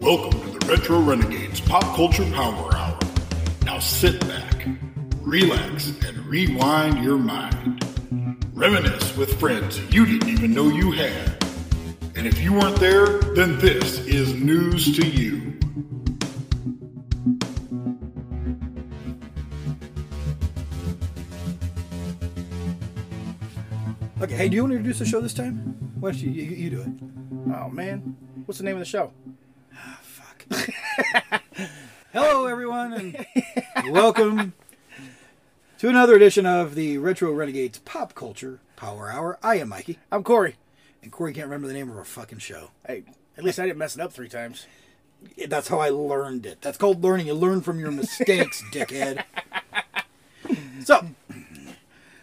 Welcome to the Retro Renegades Pop Culture Power Hour. Now sit back, relax, and rewind your mind. Reminisce with friends you didn't even know you had. And if you weren't there, then this is news to you. Okay, hey, do you want to introduce the show this time? Why don't you you, you do it? Oh man, what's the name of the show? Hello, everyone, and welcome to another edition of the Retro Renegades Pop Culture Power Hour. I am Mikey, I'm Corey. and Corey can't remember the name of our fucking show. Hey, at least I didn't mess it up three times. That's how I learned it. That's called learning. You learn from your mistakes, dickhead. So,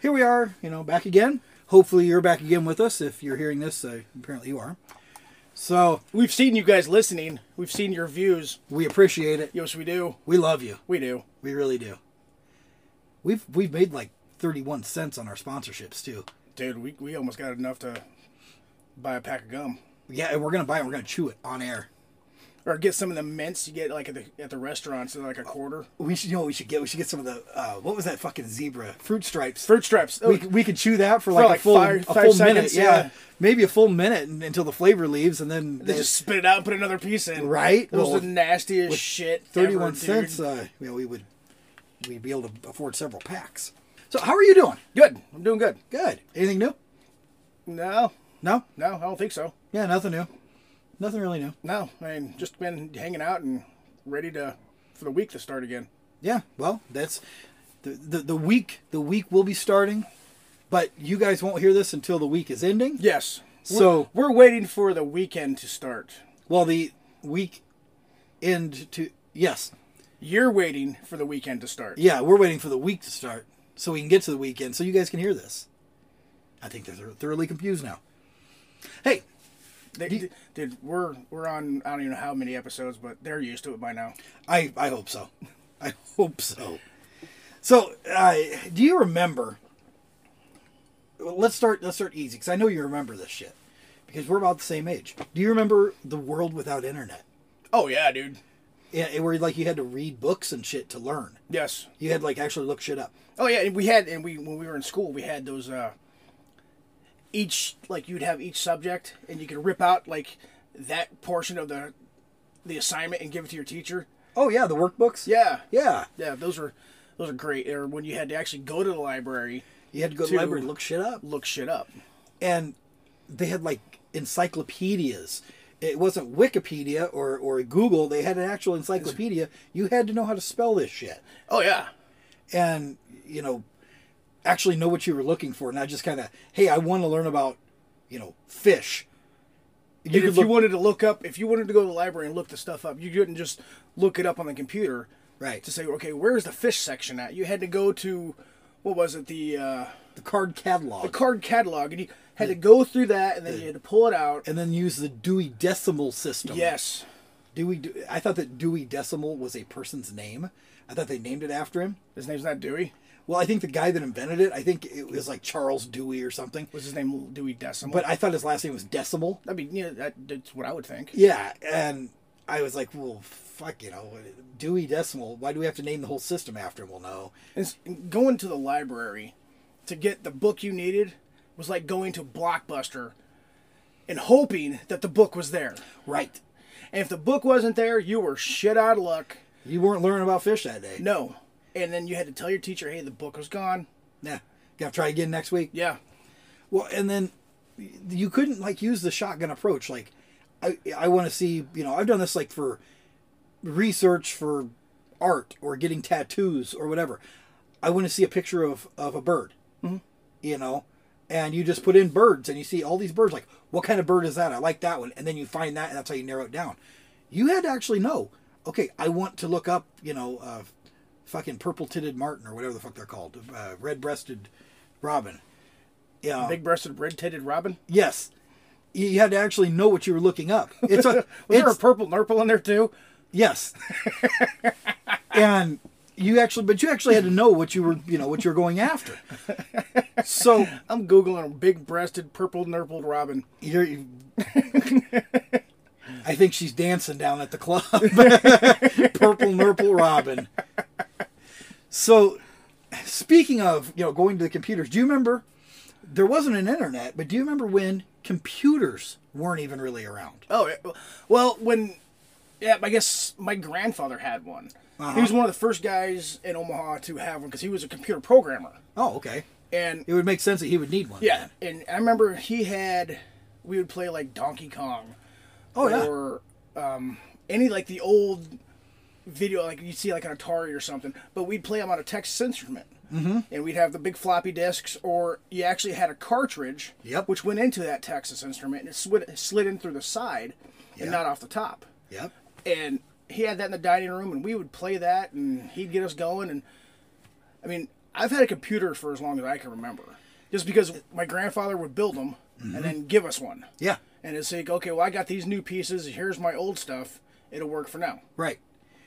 here we are, you know, back again. Hopefully, you're back again with us. If you're hearing this, uh, apparently you are. So, We've seen you guys listening. We've seen your views. we appreciate it. Yes, we do. We love you. We do. We really do. We've we've made like thirty one cents on our sponsorships too. Dude, we, we almost got enough to buy a pack of gum. Yeah, and we're gonna buy it. We're gonna chew it on air. Or get some of the mints you get like at the at the restaurants, they're like a quarter. We should you know what we should get. We should get some of the uh, what was that fucking zebra fruit stripes. Fruit strips. Oh, We, we could chew that for like, like a full five- a five full minute. seconds, Yeah. yeah. maybe a full minute and- until the flavor leaves, and then they just spit it out and put another piece in. Right? Those Well, are the nastiest shit. thirty one ever, dude. cents. Uh, you know, we would we'd be able to afford several packs. So how are you doing? Good. I'm doing good. Good. Anything new? No, No. no, I don't think so. Yeah, nothing new. Nothing really new. No, I mean just been hanging out and ready to for the week to start again. Yeah, well, that's the, the the week. The week will be starting, but you guys won't hear this until the week is ending. Yes. So- we're, we're waiting for the weekend to start. Well, the week end to yes, You're waiting for the weekend to start. yeah, we're waiting for the week to start so we can get to the weekend so you guys can hear this. I think they're thoroughly confused now. Hey, They, dude, we're we're on I don't even know how many episodes, but they're used to it by now. I I hope so. I hope so. So, uh, do you remember? well, Let's start. Let's start easy because I know you remember this shit because we're about the same age. Do you remember the world without internet? Oh yeah, dude. Yeah, it- where like you had to read books and shit to learn. Yes. You had like actually look shit up. Oh yeah, and we had and we when we were in school, we had those uh each like you'd have each subject and you could rip out like that portion of the the assignment and give it to your teacher. Oh yeah, the workbooks. Yeah. yeah. Yeah, those were those are great. Or when you had to actually go to the library, You had to go to the To- library and look shit up, look shit up. and they had like encyclopedias. It wasn't Wikipedia or or Google. They had an actual encyclopedia. You had to know how to spell this shit. Oh yeah. and you know actually know what you were looking for not just kind of hey i want to learn about you know fish you And could if look you wanted to look up, if you wanted to go to the library and look the stuff up, you couldn't just look it up on the computer. Right. To say, okay, where's the fish section at? You had to go to, what was it, the uh, the card catalog the card catalog, and you had to go through that, and then you had to pull it out. and then use the dewey decimal system yes. dewey De- i thought that dewey decimal was a person's name i thought they named it after him His name's not Dewey. well i think the guy that invented it i think it was like charles dewey or something Was his name Dewey Decimal? but i thought his last name was decimal I mean, yeah, that, that's what I would think. yeah and i was like well fuck you know dewey decimal why do we have to name the whole system after him well no It's- going to the library to get the book you needed was like going to Blockbuster and hoping that the book was there. right And if the book wasn't there, you were shit out of luck. You weren't learning about fish that day. No. And then you had to tell your teacher, hey, the book was gone. Nah. Gotta try again next week. Yeah. Well, and then you couldn't like use the shotgun approach. Like, I I want to see. You know, I've done this like for research for art or getting tattoos or whatever. I want to see a picture of of a bird. You know, and you just put in birds and you see all these birds. Like, what kind of bird is that? I like that one. And then you find that, and that's how you narrow it down. You had to actually know. Okay, I want to look up. You know, uh, fucking purple-titted martin or whatever the fuck they're called, uh, red-breasted robin. Yeah, Big breasted, red titted robin. Yes. You you had to actually know what you were looking up. It's a Was there a it's- purple nurple in there too? yes. and you actually but you actually had to know what you were, you know, what you were going after. So, I'm Googling big breasted, purple nurpled robin. you're I I think she's dancing down at the club. Purple Nurple Robin. So, speaking of you know going to the computers, do you remember there wasn't an internet, but do you remember when computers weren't even really around? Oh, yeah. well, when yeah, I guess my grandfather had one. Uh-huh. He was one of the first guys in Omaha to have one because he was a computer programmer. Oh, okay. And It would make sense that he would need one. yeah, and I remember he had we would play like Donkey Kong Oh yeah. or um, any like the old video like you'd see like an Atari or something, but we'd play them on a Texas instrument. Mm-hmm. And we'd have the big floppy disks, or you actually had a cartridge, Yep. which went into that Texas instrument, and it slid, it slid in through the side Yeah. and not off the top. Yep. And he had that in the dining room, and we would play that, and he'd get us going. And I mean, I've had a computer for as long as I can remember, just because my grandfather would build them Mm-hmm. and then give us one. Yeah. And it's like, okay, well, I got these new pieces. Here's my old stuff. It'll work for now. Right.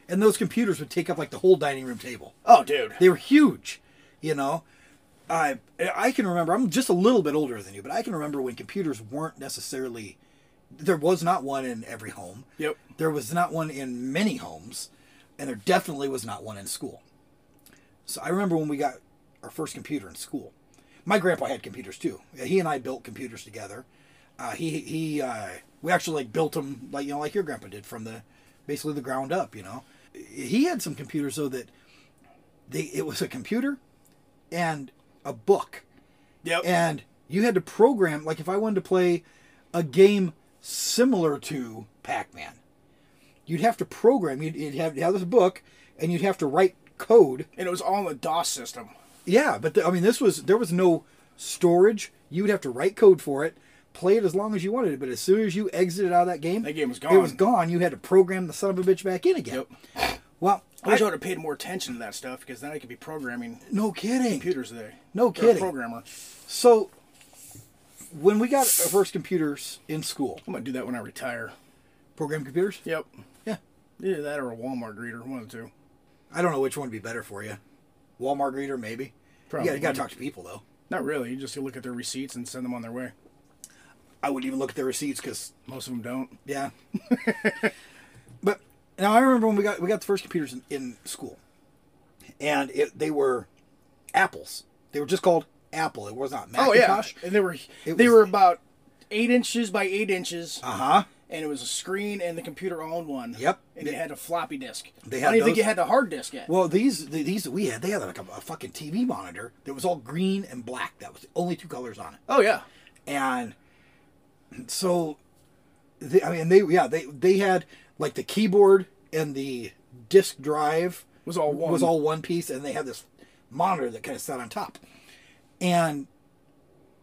And those computers would take up like the whole dining room table. Oh, dude. They were huge, you know. I I can remember. I'm just a little bit older than you, but I can remember when computers weren't necessarily. There was not one in every home. Yep. There was not one in many homes, and there definitely was not one in school. So I remember when we got our first computer in school. My grandpa had computers too. He and I built computers together. Uh, he he uh, we actually like built them like you know like your grandpa did from the basically the ground up. You know, he had some computers though that they it was a computer and a book Yep. and you had to program like if I wanted to play a game similar to Pac-Man, you'd have to program. You'd, you'd have, have this book, and you'd have to write code. and it was all in the DOS system. Yeah, but the, I mean, this was there was no storage. You would have to write code for it, play it as long as you wanted it. But as soon as you exited out of that game, That game was It was gone. gone. You had to program the son of a bitch back in again. Well, I wish I would have paid more attention to that stuff because then I could be programming no kidding. computers today. No Or a kidding. programmer. So when we got our first computers in school, I'm gonna do that when I retire. program computers. Yep. Yeah. Either that or a Walmart greeter, one of the two. I don't know which one would be better for you. Walmart greeter, maybe. Probably. Yeah, you gotta talk to people though. Not really. You just look at their receipts and send them on their way. I wouldn't even look at their receipts because Most of them don't. yeah. but now I remember when we got we got the first computers in, in school, and it, they were apples. They were just called Apple. It was not Oh Macintosh. yeah. And they were It they was- were about eight inches by eight inches. Uh huh. and it was a screen and the computer owned one. Yep. And it had a floppy disk. They I had don't even think those- you had the hard disk yet. Well, these the, these that we had, they had like a, a fucking TV monitor that was all green and black. That was the only two colors on it. oh yeah. and so they, i mean they yeah they they had like the keyboard and the disk drive Was all one. was all one piece and they had this monitor that kind of sat on top and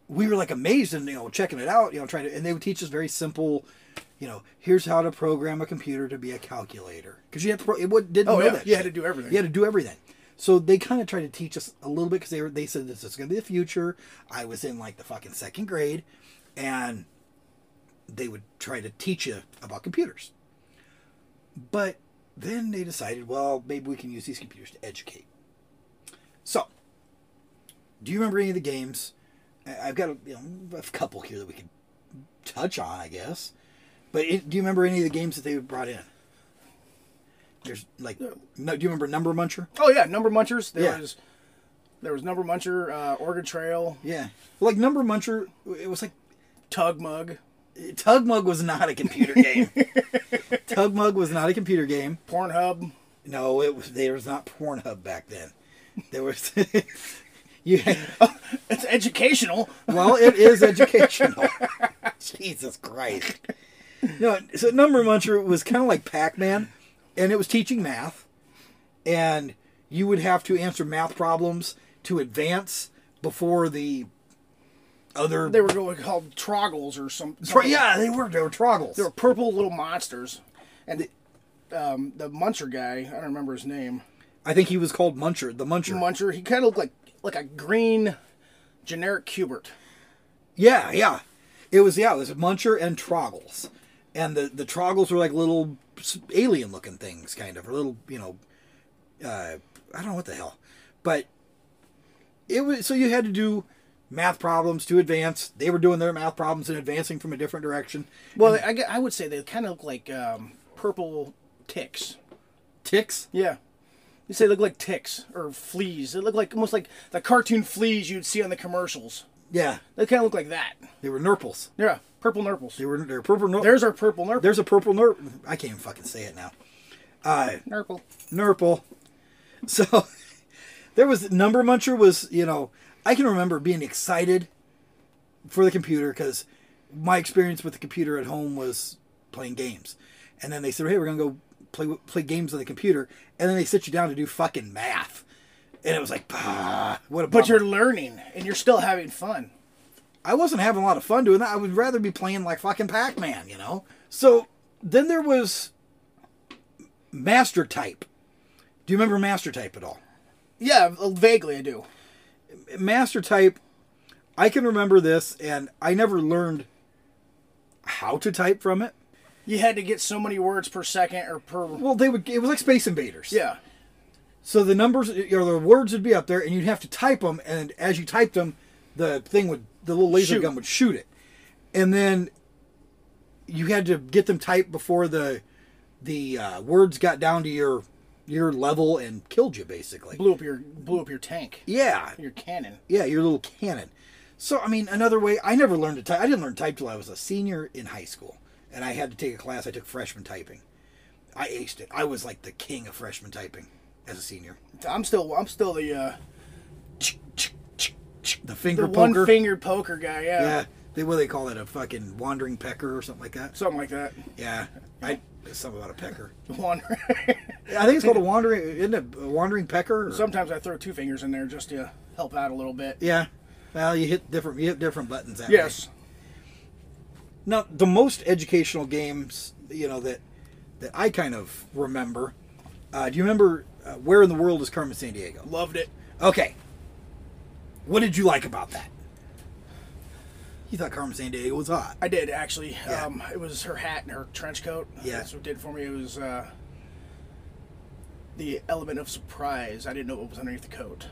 we were like amazed and you know checking it out you know trying to and they would teach us very simple you know here's how to program a computer to be a calculator because you had to pro- it would, didn't Oh, know yeah. that You had shit. to do everything. you had to do everything so they kind of tried to teach us a little bit because they were they said this is going to be the future i was in like the fucking second grade and they would try to teach you about computers but then they decided well maybe we can use these computers to educate so do you remember any of the games? I- I've got a, you know, a couple here that we could touch on, I guess. But it, do you remember any of the games that they brought in? There's like, no, do you remember Number Muncher? Oh yeah, number munchers. There Yeah. was there was number muncher, uh, Oregon Trail, Yeah, like Number Muncher. It was like Tug Mug, Tug Mug was not a computer game. Tug Mug was not a computer game. Pornhub. No, it was there was not Pornhub back then. There was you. had- It's educational. Well, it is educational. Jesus Christ. No, so Number Muncher was kind of like Pac Man, and it was teaching math, and you would have to answer math problems to advance before the other. They were going called troggles or some. Tro- something. yeah, they were. They were troggles. They were purple little monsters, and um, the muncher guy. I don't remember his name. I think he was called Muncher, the Muncher. Muncher. He kind of looked like like a green, generic cubert. yeah, yeah. It was, yeah, it was Muncher and troggles. And the, the troggles were like little alien looking things, kind of, or little, you know, uh, I don't know what the hell, but it was so you had to do math problems too advanced. They were doing their math problems and advancing from a different direction. Well, I, gue- I would say they kind of look like um, purple ticks. Ticks. Yeah. You say they look like ticks or fleas. They look like almost like the cartoon fleas you'd see on the commercials. Yeah, They kind of look like that. they were nurples. Yeah, purple They nurples. were they were purple. Nur- There's our purple nurple. there's a purple nurp. I can't even fucking say it now. nurple. Nurple. So there was Number Muncher was, you know, I can remember being excited for the computer because my experience with the computer at home was playing games. And then they said, hey, we're going to go play play games on the computer. And then they sit you down to do fucking math. And it was like, bah, what a But bummer. you're learning and you're still having fun. I wasn't having a lot of fun doing that. I would rather be playing like fucking Pac Man, you know? So then there was Master Type. Do you remember Master Type at all? Yeah, uh, vaguely I do. master type i can remember this and i never learned how to type from it You had to get so many words per second or per. well they would it was like space invaders Yeah. so the numbers or the words would be up there and you'd have to type them and as you typed them the thing would the little laser Shoot. gun would shoot it and then you had to get them typed before the the uh, words got down to your your level and killed you basically Blew up your blew up your tank. yeah Your cannon. Yeah, your little cannon. So I mean, another way. I never learned to type. I didn't learn to type till I was a senior in high school, and I had to take a class. I took freshman typing. I aced it. I was like the king of freshman typing as a senior. I'm still I'm still the uh The finger the poker. one fingered poker guy. Yeah. Yeah, they what do they call that? A fucking wandering pecker or something like that. Something like that. Yeah, I there's something about a pecker. One. I think it's called a wandering. Isn't it a wandering pecker? or- Sometimes I throw two fingers in there just to help out a little bit. Yeah. Well, you hit different. You hit different buttons. That way. Yes. Now, the most educational games, you know, that that I kind of remember. Uh, do you remember uh, where in the world is Carmen San Diego? Loved it. Okay. What did you like about that? You thought Carmen San Diego was hot. I did actually. Yeah. Um, it was her hat and her trench coat. Yeah. That's what it did for me. It was uh, the element of surprise. I didn't know what was underneath the coat.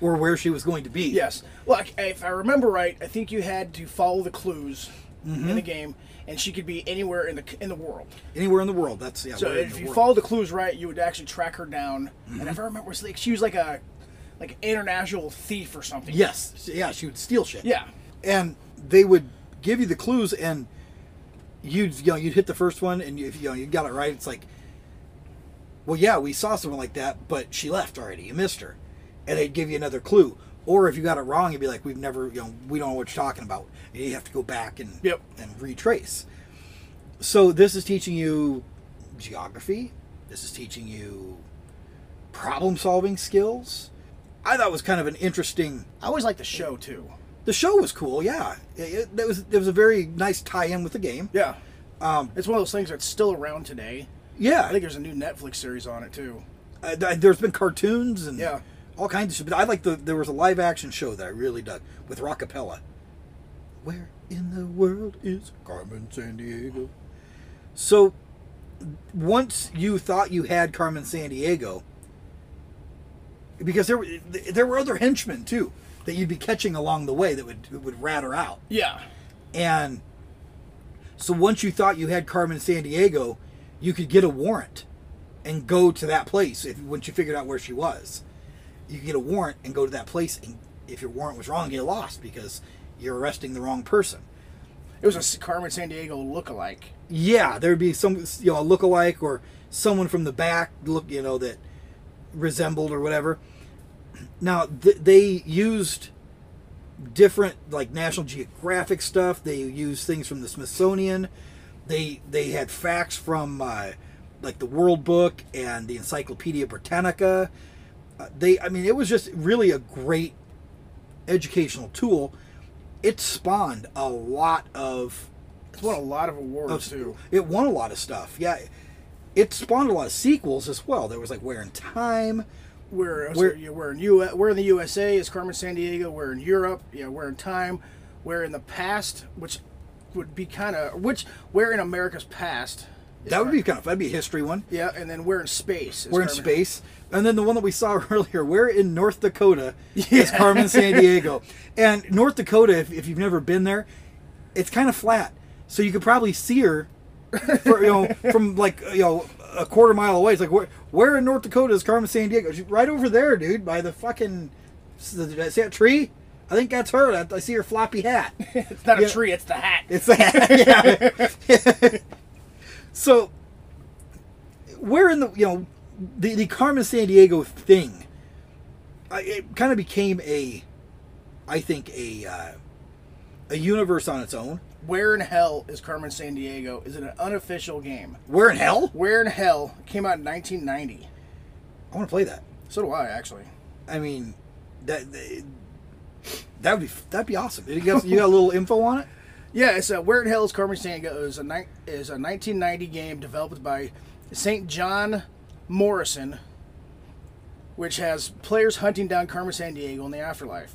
Or where she was going to be. Yes. Well, I- if I remember right, I think you had to follow the clues in Mm-hmm. the game, and she could be anywhere in the in the world. Anywhere in the world. That's yeah. So where in if the world. you Mm-hmm. follow the clues right, you would actually track her down. And if I remember, it's like she was like a like international thief or something. Yes. So, Yeah, she would steal shit. Yeah. And they would give you the clues and you'd you know, you'd hit the first one and if you know you got it right, it's like Well yeah, we saw someone like that, but she left already. You missed her. And they'd give you another clue. Or if you got it wrong, you'd be like, We've never you know, we don't know what you're talking about. And you have to go back and Yep. and retrace. So this is teaching you geography. This is teaching you problem solving skills. I thought it was kind of an interesting I always liked the show too. the show was cool. Yeah, it, it, that was it was a very nice tie-in with the game. Yeah. Um, it's one of those things that's still around today. Yeah, I think there's a new Netflix series on it too. uh, th- there's been cartoons and Yeah. all kinds of shit. But I like the there was a live-action show that I really dug with Rockapella. Where in the world is Carmen San Diego? So once you thought you had Carmen San Diego, because there were there were other henchmen too that you'd be catching along the way that would would rat her out. Yeah. And so once you thought you had Carmen San Diego, you could get a warrant and go to that place if once you figured out where she was. You could get a warrant and go to that place and if your warrant was wrong, get lost because you're arresting the wrong person. It was a S- Carmen San Diego lookalike. Yeah, there'd be some you know, a lookalike or someone from the back look you know that resembled or whatever. Now th- they used different like National Geographic stuff. They used things from the Smithsonian. They they had facts from uh, like the World Book and the Encyclopedia Britannica. Uh, they I mean it was just really a great educational tool. It spawned a lot of It's won a lot of awards too. it won a lot of stuff. Yeah, it spawned a lot of sequels as well. There was like Where in Time. Where Where- where uh, yeah, where in U where in the USA is Carmen San Diego? Where in Europe? Yeah, where in time? Where in the past? Which would be kind of which? Where in America's past That would be kind of that'd be a history one. Yeah, and then we're in space. is We're in Carmen- space, and then the one that we saw earlier. We're in North Dakota. Is Carmen San Diego, and North Dakota. If, if you've never been there, it's kind of flat, so you could probably see her, for, you know, from like you know a quarter mile away. It's like where where in North Dakota is Carmen San Diego? She's right over there, dude, by the fucking see that tree. I think that's her. I, I see her floppy hat. It's not Yeah. a tree, it's the hat. It's that. Yeah. so we're in the you know the the Carmen San Diego thing. I, it kind of became a, I think a, uh, a universe on its own. Where in hell is Carmen San Diego? Is it an unofficial game? We're in hell. Where in hell came out in 1990? I want to play that. So do I actually. I mean, that that- that would be that'd be awesome. You got you got a little info on it. Yeah, it's uh, Where in Hell is Carmen San Diego is a ni- is a 1990 game developed by St. John Morrison, which has players hunting down Carmen San Diego in the afterlife.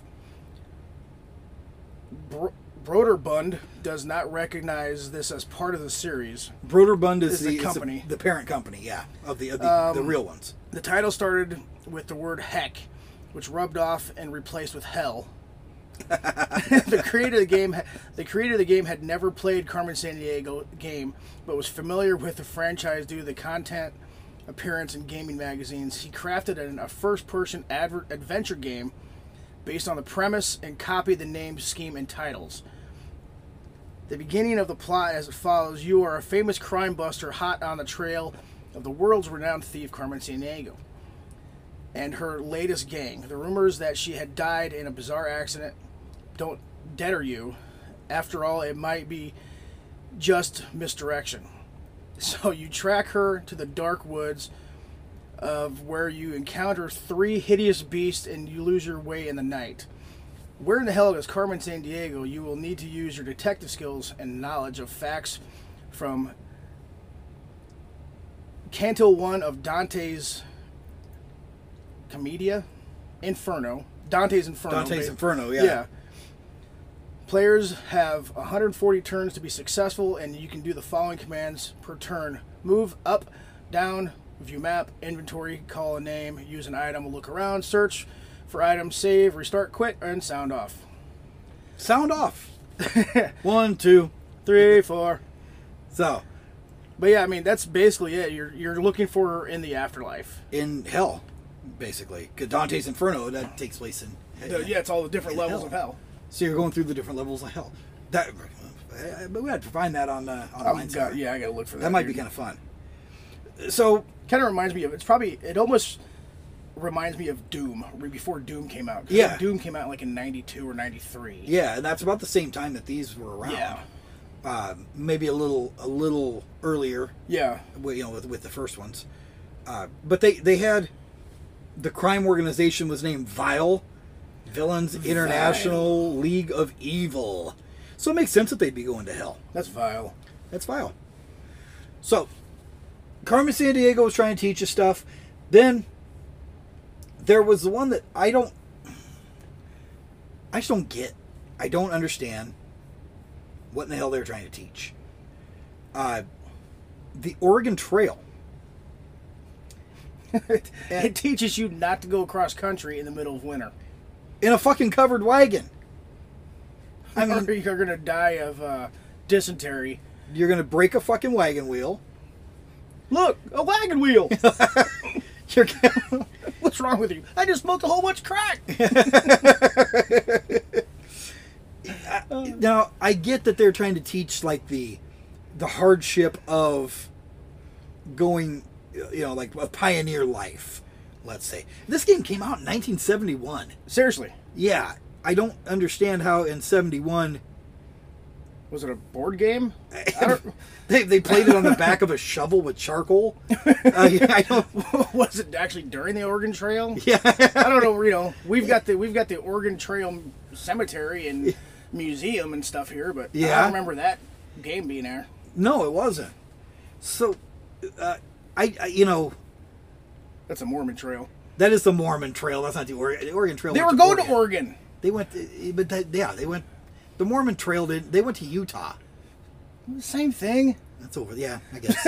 Bro- Broderbund does not recognize this as part of the series. Broderbund is It's the, the is the- company. Um, the, parent company, yeah, of the of the, the real ones. The title started with the word heck, which rubbed off and replaced with hell. the creator of the game, the creator of the game had never played Carmen San Diego game, but was familiar with the franchise due to the content, appearance in gaming magazines. He crafted an, a first-person adver- adventure game based on the premise and copied the name, scheme, and titles. The beginning of the plot as it follows You are a famous crime buster hot on the trail of the world's renowned thief Carmen Sandiego and her latest gang. The rumors that she had died in a bizarre accident don't deter you. After all, it might be just misdirection. So you track her to the dark woods of where you encounter three hideous beasts and you lose your way in the night. Where in the hell is Carmen San Diego? You will need to use your detective skills and knowledge of facts from Canto 1 of Dante's Commedia Inferno. Dante's Inferno. Dante's ba- Inferno, yeah. Players have 140 turns to be successful, and you can do the following commands per turn move up, down, view map, inventory, call a name, use an item, look around, search for items, save, restart, quit, and sound off. Sound off. One, two, Three, four. so But yeah, I mean that's basically it. You're you're looking for her in the afterlife. in hell, basically. 'Cause Dante's Inferno that takes place in. yeah, it's all the different In levels hell. of hell. So you're going through the different levels of hell. That, I- I- but we had to find that on uh, online. somewhere. I'm got, Oh, Um, yeah, I gotta look for that. that might be kind of fun. So kind of reminds me of it's probably it almost reminds me of Doom right before Doom came out. 'Cause I think Yeah. Doom came out like in '92 or '93. yeah, and that's about the same time that these were around. yeah, Um, maybe a little a little earlier. yeah. Well, you know, with, with the first ones. Uh, but they they had the crime organization was named Vile, Villains International League of Evil. So it makes sense that they'd be going to hell. That's vile. That's vile. So, Carmen San Diego was trying to teach us stuff. Then there was the one that I don't, I just don't get. I don't understand what in the hell they're trying to teach. Uh, the Oregon Trail. it teaches you not to go across country in the middle of winter. in a fucking covered wagon. I or mean, you're gonna die of uh, dysentery. you're gonna break a fucking wagon wheel. Look, a wagon wheel. You're gonna, What's wrong with you? I just smoked a whole bunch of crack. now I get that they're trying to teach like the the hardship of going, you know, like a pioneer life. Let's say this game came out in 1971. Seriously, Yeah, I don't understand how in 71 was it a board game? they they played it on the back of a shovel with charcoal. Uh, yeah, I don't. was it actually during the Oregon Trail? Yeah. I don't know. You know, we've got the we've got the Oregon Trail Cemetery and museum and stuff here, but I Yeah. don't remember that game being there. No, it wasn't. So, uh, I, I you know That's a Mormon trail. that is the Mormon Trail. That's not the Oregon, the Oregon Trail. They went were going to Oregon. They went, to, but they, yeah, they went. The Mormon Trail did. They went to Utah. Same thing. That's over. Yeah, I guess.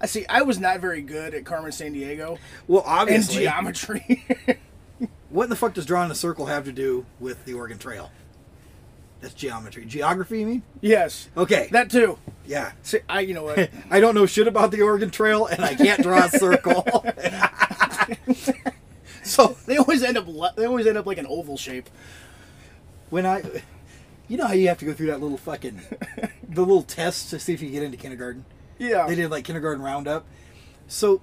I see. I was not very good at Carmen San Diego well, and obviously, geometry. what in the fuck does drawing a circle have to do with the Oregon Trail? That's geometry. Geography, you mean? yes. Okay. That too. yeah. See, I. You know what? I don't know shit about the Oregon Trail, and I can't draw a circle. so they always end up. le- They always end up like an oval shape. when I, you know how you have to go through that little fucking, the little test to see if you get into kindergarten. Yeah. They did like kindergarten roundup. So,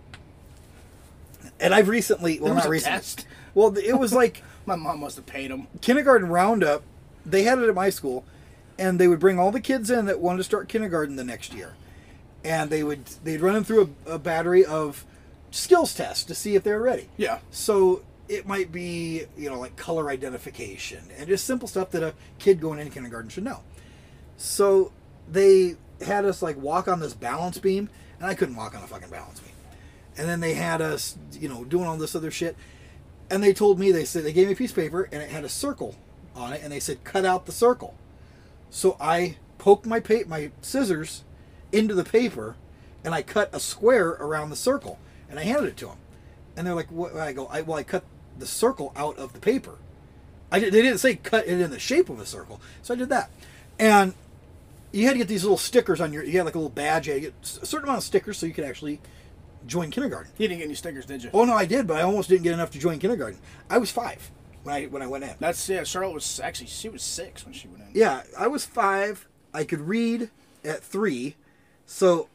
and I've recently, well, There was not a recently. test? Well, it was like My mom must have paid them. kindergarten roundup. They had it at my school, and they would bring all the kids in that wanted to start kindergarten the next year, and they would they'd run them through a, a battery of skills tests to see if they were ready. Yeah. So it might be, you know, like color identification and just simple stuff that a kid going into kindergarten should know. So they had us like walk on this balance beam, and I couldn't walk on a fucking balance beam. And then they had us, you know, doing all this other shit. And they told me, they said, they gave me a piece of paper and it had a circle on it, and they said, cut out the circle. So I poked my pa- my scissors into the paper, and I cut a square around the circle, and I handed it to them. And they're like, "What?" I go, I, "Well, I cut the circle out of the paper. I did, they didn't say cut it in the shape of a circle, so I did that. And you had to get these little stickers on your. You had like a little badge. You had to get a certain amount of stickers so you could actually join kindergarten. You didn't get any stickers, did you? Oh no, I did, but I almost didn't get enough to join kindergarten. I was five when I when I went in. That's yeah. Charlotte was actually she was six when she went in. Yeah, I was five. I could read at three, so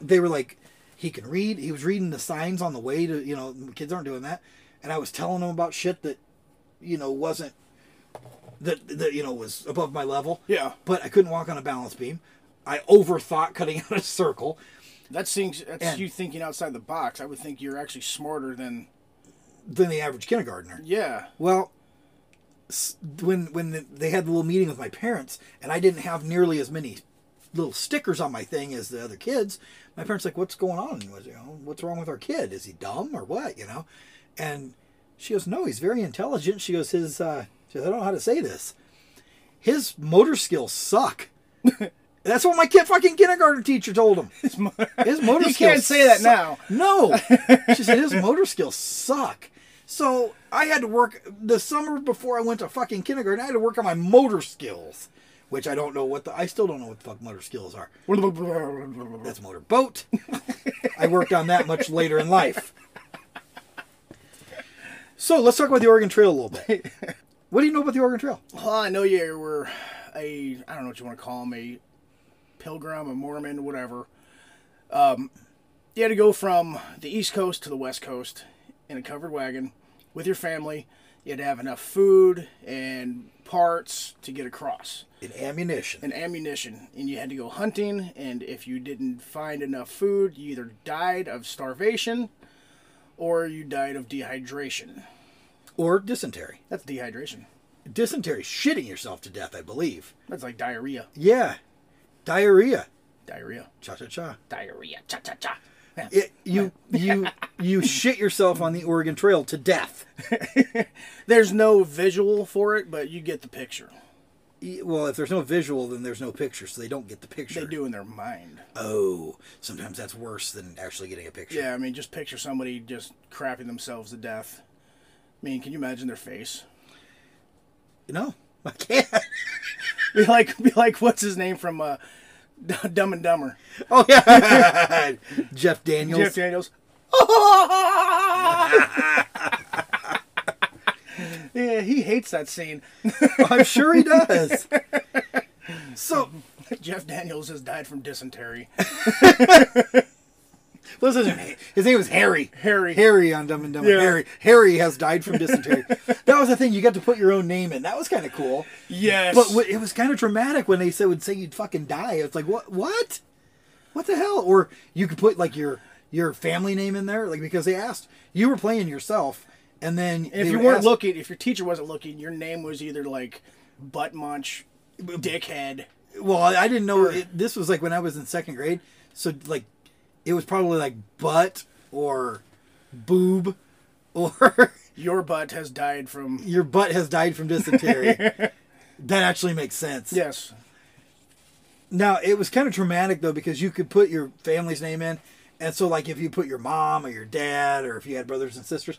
they were like, he can read. He was reading the signs on the way to, you know, kids aren't doing that. And I was telling him about shit that, you know, wasn't that that you know was above my level. Yeah. But I couldn't walk on a balance beam. I overthought cutting out a circle. That seems that's And- you thinking outside the box. I would think you're actually smarter than than the average kindergartner. yeah. Well, s- when when the- they had the little meeting with my parents, and I didn't have nearly as many little stickers on my thing as the other kids, my parents like, "What's going on? What's, you know, what's wrong with our kid? Is he dumb or what?" You know, and she goes, "No, he's very intelligent." She goes, "His," uh, she goes, "I don't know how to say this. His motor skills suck." That's what my kid fucking kindergarten teacher told him. His, motor You skills. can't say that suck. now. No, she said his motor skills suck. So I had to work the summer before I went to fucking kindergarten. I had to work on my motor skills, which I don't know what the I still don't know what the fuck motor skills are. That's motor boat. I worked on that much later in life. So let's talk about the Oregon Trail a little bit. What do you know about the Oregon Trail? Well, I know you were a I don't know what you want to call him a pilgrim, a Mormon, whatever. Um, you had to go from the East Coast to the West Coast in a covered wagon with your family. You had to have enough food and parts to get across. In ammunition. and ammunition, and you had to go hunting. And if you didn't find enough food, you either died of starvation or you died of dehydration. Or dysentery. That's dehydration. Dysentery, shitting yourself to death, I believe. That's like diarrhea. Yeah. Diarrhea. Diarrhea. Cha cha cha. Diarrhea. Cha cha cha. It, you you you shit yourself on the Oregon Trail to death. There's no visual for it, but you get the picture. E- Well, if there's no visual, then there's no picture, so they don't get the picture. They do in their mind. Oh, sometimes that's worse than actually getting a picture. Yeah, I mean, just picture somebody just crapping themselves to death. I mean, can you imagine their face? No, I can't. Be like, be like, what's his name from uh, Dumb and Dumber? Oh yeah, Jeff Daniels. Jeff Daniels. yeah, he hates that scene. I'm sure he does. so Jeff Daniels has died from dysentery. what was his name? His name was Harry. Harry. Harry on Dumb and Dumber. Yeah. Harry. Harry has died from dysentery. that was the thing. You got to put your own name in. That was kind of cool. Yes. But w- it was kind of dramatic when they said would say you'd fucking die. It's like what what, what the hell? Or you could put like your your family name in there, like because they asked you were playing yourself, and then if they you would weren't ask- looking, if your teacher wasn't looking, your name was either like butt munch, dickhead. well, I, I didn't know it, this was like when I was in second grade, so like it was probably like butt or boob or Your butt has died from. your butt has died from dysentery. that actually makes sense. Yes. Now it was kind of traumatic though because you could put your family's name in, and so like if you put your mom or your dad or if you had brothers and sisters,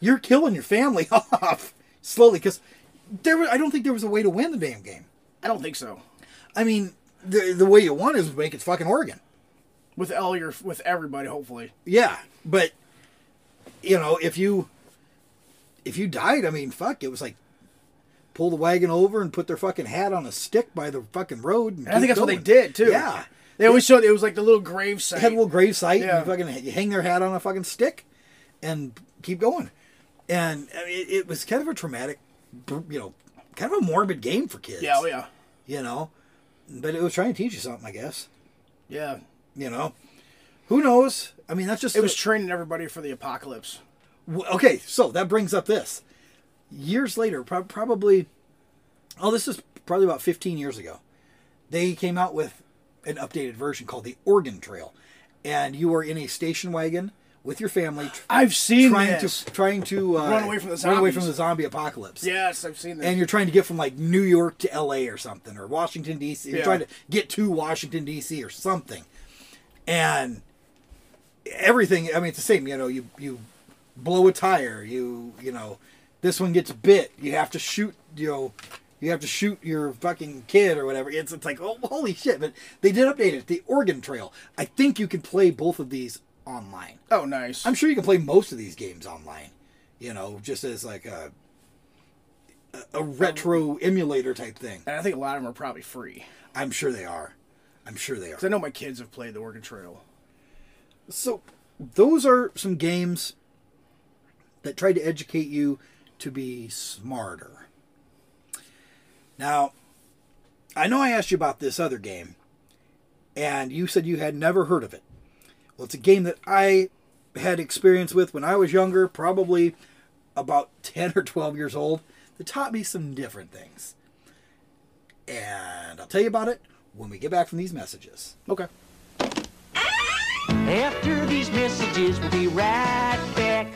you're killing your family off slowly because there. Was, I don't think there was a way to win the damn game. I don't think so. I mean, the the way you won is make it fucking Oregon. With all your with everybody, hopefully. Yeah, but you know if you if you died, I mean, fuck, it was like pull the wagon over and put their fucking hat on a stick by the fucking road. And I think keep that's what they going. did too. Yeah. They always showed it was like the little grave site. had a little grave site Yeah. and you fucking you hang their hat on a fucking stick and keep going. And I mean, it, it was kind of a traumatic, br- you know, kind of a morbid game for kids. yeah, oh yeah, You know, but it was trying to teach you something, I guess. yeah. You know, who knows? I mean, that's just It was training everybody for the apocalypse. W- okay, so that brings up this. Years later, prob probably, oh, this is probably about 15 years ago, they came out with an updated version called the Oregon Trail. And you were in a station wagon with your family tr- I've seen trying this. to trying to uh, Run away from the run away zombies. from the zombie apocalypse. Yes, I've seen this. And you're trying to get from like New York to L.A. or something, or Washington D.C. You're Yeah. trying to get to Washington D.C. or something, and everything. I mean, it's the same. You know, you you blow a tire. You you know, this one gets bit. You have to shoot. You know, you have to shoot your fucking kid or whatever. It's it's like oh holy shit! But they did update it. The Oregon Trail. I think you can play both of these online. oh, nice. I'm sure you can play most of these games online. You know, just as like a a retro emulator type thing. and I think a lot of them are probably free. I'm sure they are. I'm sure they are. 'Cause I know my kids have played the Oregon Trail. So those are some games that tried to educate you to be smarter. Now, I know I asked you about this other game, and you said you had never heard of it. Well, it's a game that I had experience with when I was younger, probably about 10 or 12 years old, that taught me some different things. And I'll tell you about it when we get back from these messages. Okay. After these messages, we'll be right back.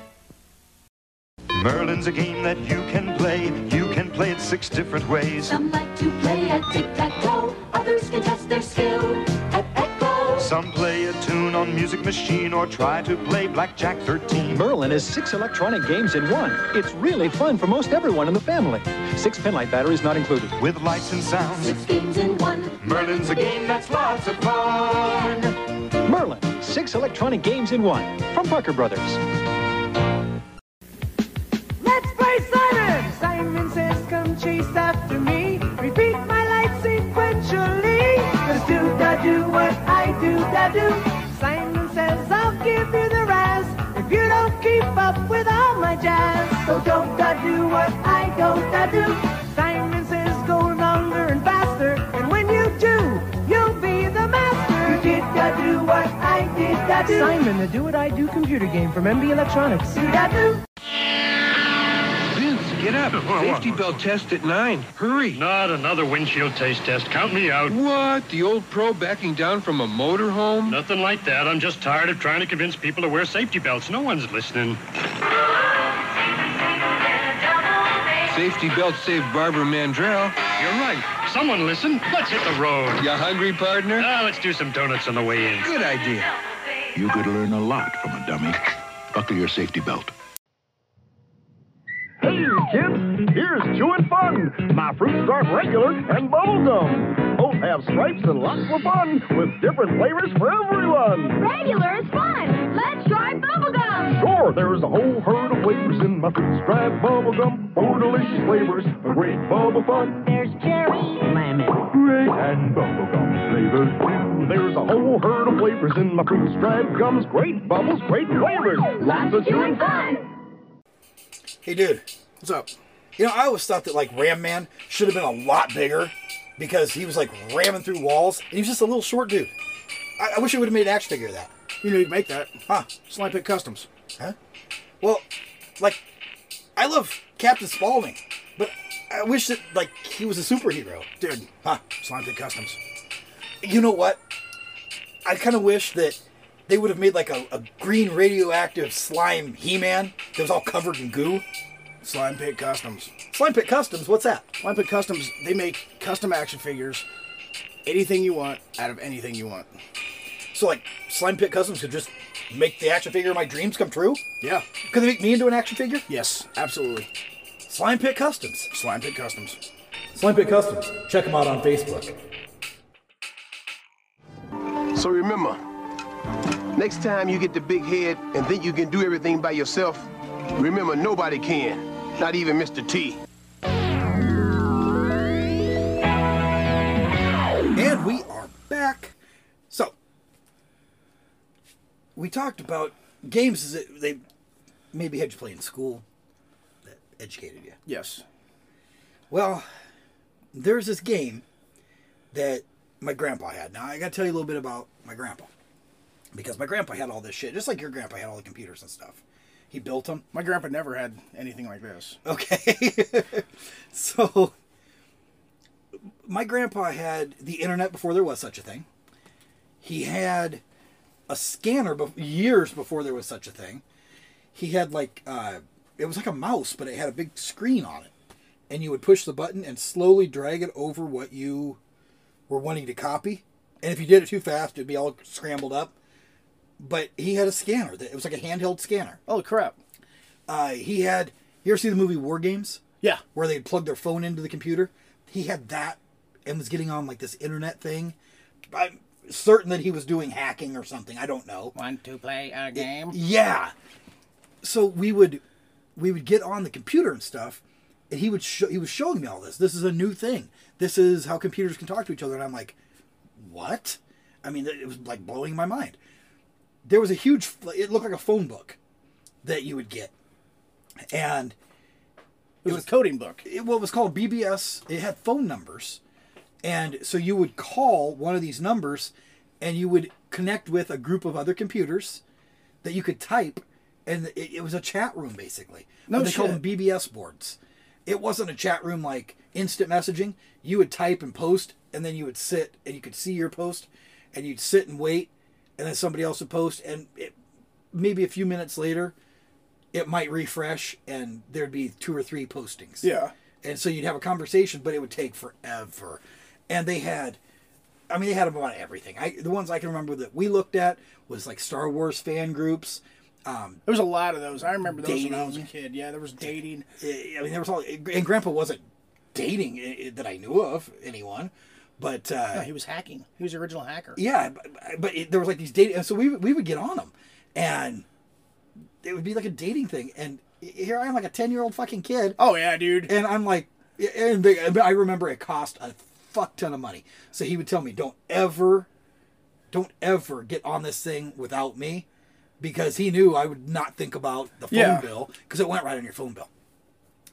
Merlin's a game that you can play. You can play it six different ways. Some like to play at tic-tac-toe, others can test their skill at echo. Some play a tune on Music Machine or try to play Blackjack 13. Merlin is six electronic games in one. It's really fun for most everyone in the family. Six pinlight batteries not included. With lights and sounds, Six games in one. Merlin's a game that's lots of fun. Merlin, six electronic games in one. From Parker Brothers. Let's play Simon! Simon says, come chase after me. Repeat my life sequentially. Cause do da do what I do da do. Simon says, I'll give you the razz if you don't keep up with all my jazz. So don't da do what I don't da do. Simon says, go longer and faster. And when you do, you'll be the master. You did da do what I did da do. Simon, the do what I do computer game from MB Electronics. Do da do. Vince, get up. Safety belt test at nine. Hurry. Not another windshield taste test. Count me out. What? The old pro backing down from a motorhome? Nothing like that. I'm just tired of trying to convince people to wear safety belts. No one's listening. Safety belt saved Barbara Mandrell. You're right. Someone listen. Let's hit the road. You hungry, partner? Ah, let's do some donuts on the way in. Good idea. You could learn a lot from a dummy. Buckle your safety belt. Hey, kids, here's chewing fun. My fruits aren't regular and bubblegum. Both have stripes and lots of fun with different flavors for everyone. Regular is fun. Let's try bubblegum. Sure, there's a whole herd of flavors in my fruits. Dried bubblegum, four delicious flavors, a great bubble fun. There's Jerry. Lemon. Great and bubblegum flavors too. There's a whole herd of flavors in my fruits. Dried gums, great bubbles, great flavors. Lots of chewing fun. Hey, dude. What's up? You know, I always thought that like Ram Man should have been a lot bigger because he was like ramming through walls. And he was just a little short dude. I, I wish I would have made an action figure of that. You know you make that. Huh? Slime Pit Customs. Huh? Well, like, I love Captain Spaulding, but I wish that like he was a superhero. Dude, Huh? Slime Pit Customs. You know what? I kind of wish that they would have made like a, a green radioactive slime He-Man that was all covered in goo. Slime Pit Customs. Slime Pit Customs, what's that? Slime Pit Customs, they make custom action figures anything you want out of anything you want. So like Slime Pit Customs could just make the action figure of my dreams come true? Yeah. Could they make me into an action figure? Yes, absolutely. Slime Pit Customs. Slime Pit Customs. Slime Pit Customs. Check them out on Facebook. So remember, next time you get the big head and think you can do everything by yourself, remember nobody can, not even Mr. T. And we are back. So, we talked about games that they maybe had you play in school that educated you. Yes. Well, there's this game that my grandpa had. Now, I got to tell you a little bit about my grandpa. Because my grandpa had all this shit, just like your grandpa had all the computers and stuff. He built them. My grandpa never had anything like this. Okay. so, my grandpa had the internet before there was such a thing. He had a scanner bef years before there was such a thing. He had like uh, it was like a mouse, but it had a big screen on it, and you would push the button and slowly drag it over what you were wanting to copy. And if you did it too fast, it'd be all scrambled up. But he had a scanner that it was like a handheld scanner. Oh crap! Uh, he had. You ever see the movie War Games? Yeah. Where they'd plug their phone into the computer. He had that and was getting on like this internet thing. I'm certain that he was doing hacking or something. I don't know. Want to play a game? Yeah. So we would we would get on the computer and stuff, and he would show, he was showing me all this. This is a new thing. This is how computers can talk to each other. And I'm like, what? I mean, it was like blowing my mind. There was a huge. It looked like a phone book that you would get, and It was, a coding book. it, what was called BBS. It had phone numbers, and so you would call one of these numbers, and you would connect with a group of other computers that you could type, and it, it was a chat room basically. No But they called them shit. BBS boards. It wasn't a chat room like instant messaging. You would type and post, and then you would sit and you could see your post, and you'd sit and wait, and then somebody else would post, and it, maybe a few minutes later, it might refresh, and there'd be two or three postings. Yeah. And so you'd have a conversation, but it would take forever. And they had, I mean, they had about everything. I the ones I can remember that we looked at was like Star Wars fan groups. Um, There was a lot of those. I remember those when I was a Dating. kid. Yeah, there was dating. I mean, there was all, and Grandpa wasn't dating eh, that I knew of anyone, but uh, No, he was hacking. He was the original hacker. Yeah, but, but it, there was like these dating, and so we would- we would get on them, and it would be like a dating thing. And here I am, like a ten year old fucking kid. Oh yeah, dude. And I'm like, and they, I remember it cost a fuck ton of money. So he would tell me, don't ever, don't ever get on this thing without me, because he knew I would not think about the phone Yeah. bill because it went right on your phone bill.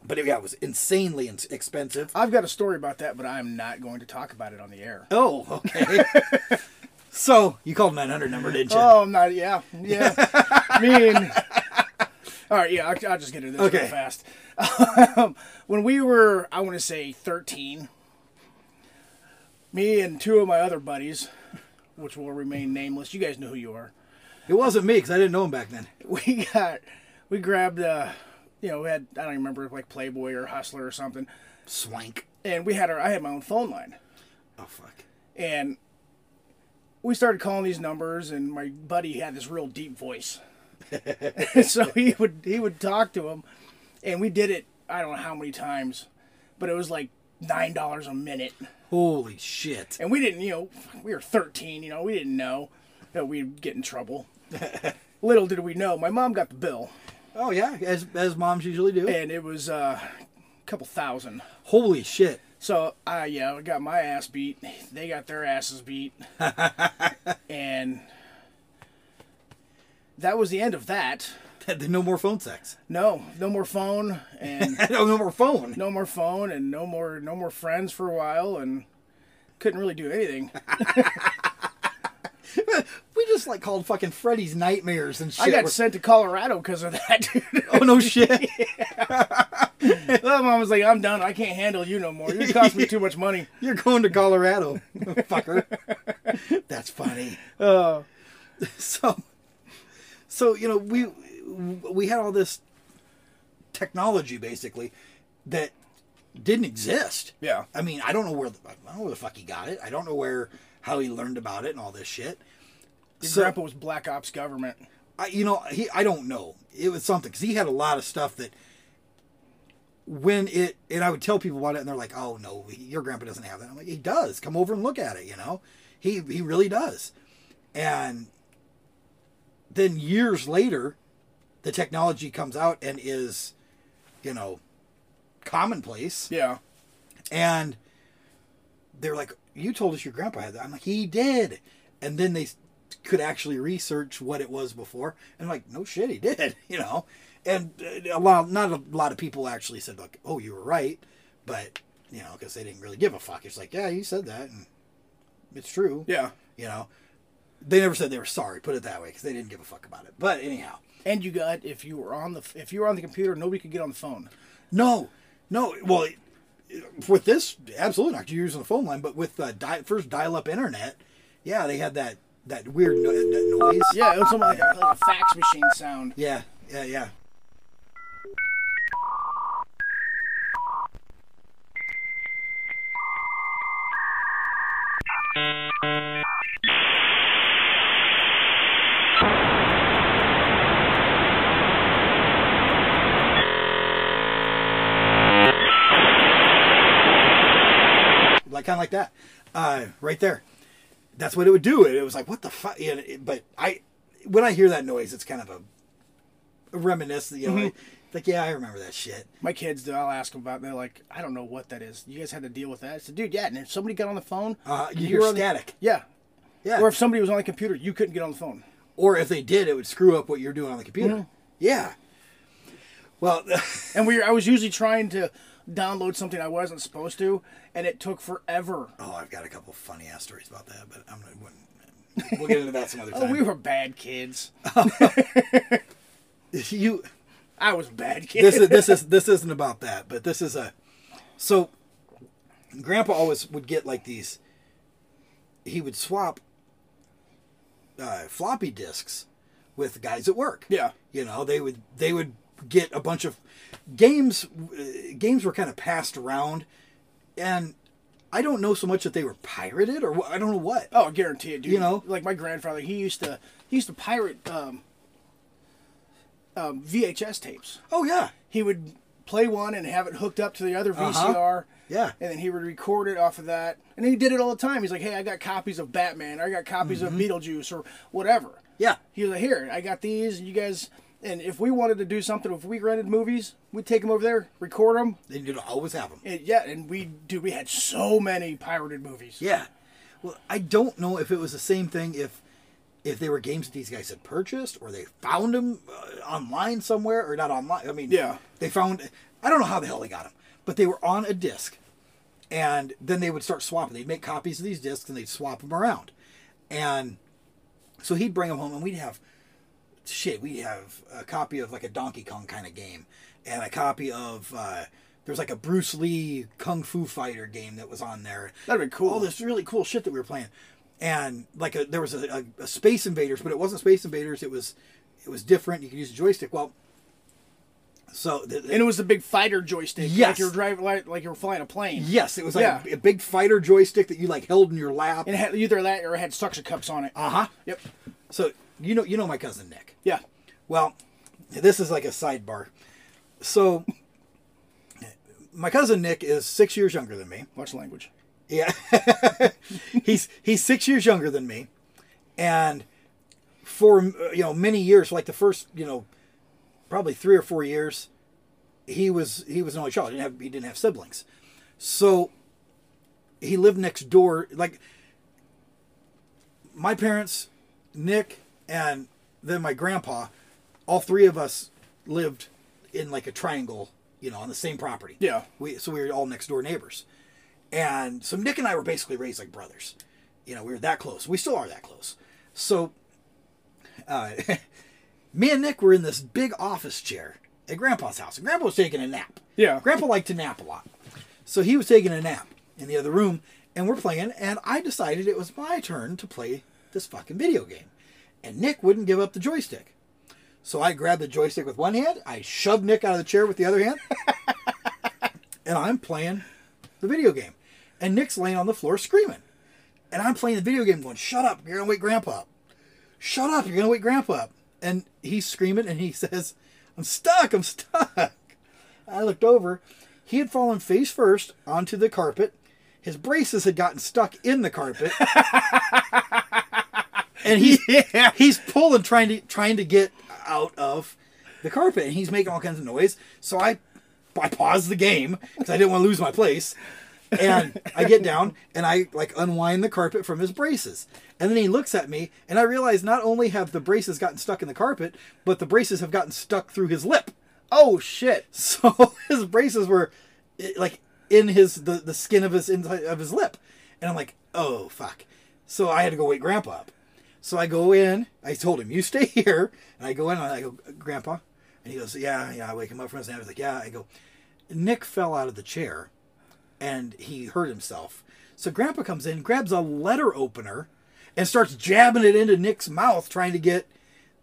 But it, yeah, it was insanely ins- expensive. I've got a story about that, but I'm not going to talk about it on the air. Oh, okay. so you called 900 number, didn't you? Oh, I'm not. Yeah, yeah. I mean, all right. Yeah, I'll, I'll just get into this Okay. real fast. Um, when we were, I want to say, 13, me and two of my other buddies, which will remain nameless. You guys know who you are. It wasn't me because I didn't know him back then. we got we grabbed uh you know we had i don't remember like playboy or hustler or something swank and we had our i had my own phone line Oh fuck. and we started calling these numbers and my buddy had this real deep voice so he would he would talk to him and we did it i don't know how many times but it was like nine dollars a minute Holy shit. and we didn't you know we were 13 you know we didn't know that we'd get in trouble little did we know my mom got the bill Oh yeah, as as moms usually do. and it was uh, a couple thousand. Holy shit. So I yeah, I got my ass beat. They got their asses beat, and that was the end of that. no more phone sex. No, no more phone, and no, no more phone. no more phone, and no more no more friends for a while, and couldn't really do anything. We just like called fucking Freddy's nightmares and shit. I got We're- sent to Colorado because of that. Dude. oh no shit. My mom was like, "I'm done. I can't handle you no more. You cost me too much money." You're going to Colorado, fucker. That's funny. Uh, So, so you know we we had all this technology basically that didn't exist. Yeah. I mean, I don't know where the, I don't know where the fuck he got it. I don't know where how he learned about it and all this shit. Your So- grandpa was Black Ops government. I, you know, he, I don't know. It was something because he had a lot of stuff that when it, and I would tell people about it, and they're like, "Oh no, your grandpa doesn't have that." I'm like, "He does. Come over and look at it." You know, he he really does. And then years later, the technology comes out and is, you know, commonplace. Yeah. And they're like, "You told us your grandpa had that." I'm like, "He did." And then they could actually research what it was before, and like, "No shit, he did," you know. And uh, a lot, not a lot of people actually said like, "Oh, you were right," but you know, because they didn't really give a fuck. It's like, "Yeah, you said that, and it's true." Yeah. You know, they never said they were sorry. Put it that way, because they didn't give a fuck about it. But anyhow, And you got if you were on the if you were on the computer, nobody could get on the phone. No, no. Well, it- it- with this, absolutely not. You're using the phone line, but with uh, di- first dial-up internet, yeah, they had that that weird no- that noise. Yeah, it was something like a, like a fax machine sound. Yeah, yeah, yeah. Like kind of like that, uh, right there. That's what it would do. It, it was like what the fuck. Yeah, it- but I, when I hear that noise, it's kind of a reminiscent. You know, Mhm. it's like yeah, I remember that shit. My kids, do. I'll ask them about. it, They're like, I don't know what that is. You guys had to deal with that. I said, dude, yeah. And if somebody got on the phone, Uh, you you hear were on the- static. yeah, Yeah. Or if somebody was on the computer, you couldn't get on the phone. or if they did, it would screw up what you're doing on the computer. Yeah. Well, and we, I was usually trying to download something I wasn't supposed to, and it took forever. Oh, I've got a couple funny ass stories about that, but I'm gonna. wouldn't- We'll get into that some other Oh, time. we were bad kids. you. I was a bad kid. This is this is this isn't about that, but this is a. So, Grandpa always would get like these. He would swap uh, floppy disks with guys at work. Yeah. You know, they would they would get a bunch of games. uh, Games were kind of passed around, and I don't know so much that they were pirated or wha- I don't know what. Oh, I guarantee it, dude. You know? like my grandfather, he used to he used to pirate um, um, VHS tapes. Oh yeah, he would play one and have it hooked up to the other Uh-huh. VCR. Yeah. and then he would record it off of that. And he did it all the time. He's like, "Hey, I got copies of Batman. I got copies of Beetlejuice or whatever." Mm-hmm. Yeah, he was like, "Here, I got these. You guys." And if we wanted to do something, if we rented movies, we'd take them over there, record them. Then you'd always have them. And yeah, and we dude, we had so many pirated movies. Yeah. Well, I don't know if it was the same thing if if they were games that these guys had purchased or they found them uh, online somewhere or not online. I mean, Yeah. They found I don't know how the hell they got them, but they were on a disc. And then they would start swapping. They'd make copies of these discs and they'd swap them around. And so he'd bring them home and we'd have shit, we have a copy of like a Donkey Kong kind of game, and a copy of uh, there's like a Bruce Lee Kung Fu Fighter game that was on there. That'd be cool. All this really cool shit that we were playing, and like a, there was a, a, a Space Invaders, but it wasn't Space Invaders. It was it was different. You could use a joystick. Well, so the, And it was the big fighter joystick. Yes. like you're driving, like, like you're flying a plane. yes, it was like yeah. a, a big fighter joystick that you like held in your lap. And uh-huh. it had either that or it had suction cups on it. Uh huh. Yep. So you know you know my cousin Nick. Yeah. Well, this is like a sidebar. So, my cousin Nick is six years younger than me. Watch language. Yeah, he's he's six years younger than me, and for uh, you know many years, like the first you know probably three or four years, he was he was an only child. He didn't have, he didn't have siblings, so he lived next door. Like my parents, Nick, and then my grandpa, all three of us lived in like a triangle, you know, on the same property. Yeah. We so we were all next door neighbors, and so Nick and I were basically raised like brothers. You know, we were that close. We still are that close. So, uh, me and Nick were in this big office chair at Grandpa's house. And Grandpa was taking a nap. Yeah. Grandpa liked to nap a lot. So he was taking a nap in the other room, and we're playing, and I decided it was my turn to play this fucking video game. And Nick wouldn't give up the joystick. So I grabbed the joystick with one hand, I shoved Nick out of the chair with the other hand, and I'm playing the video game. And Nick's laying on the floor screaming. And I'm playing the video game going, Shut up, you're gonna wake grandpa up. Shut up, you're gonna wake grandpa up. And he's screaming and he says, I'm stuck, I'm stuck. I looked over. He had fallen face first onto the carpet. His braces had gotten stuck in the carpet. and he's he's pulling trying to trying to get out of the carpet and he's making all kinds of noise. So I I paused the game because I didn't want to lose my place. And I get down and I like unwind the carpet from his braces. And then he looks at me and I realize not only have the braces gotten stuck in the carpet, but the braces have gotten stuck through his lip. Oh shit. So his braces were eh, like in his the, the skin of his inside of his lip. And I'm like, oh fuck. So I had to go wake grandpa up. So I go in. I told him, "You stay here." And I go in. And I go, "Grandpa," and he goes, "Yeah, yeah." I wake him up from his nap. He's like, "Yeah." I go, "Nick fell out of the chair, and he hurt himself." So Grandpa comes in, grabs a letter opener, and starts jabbing it into Nick's mouth, trying to get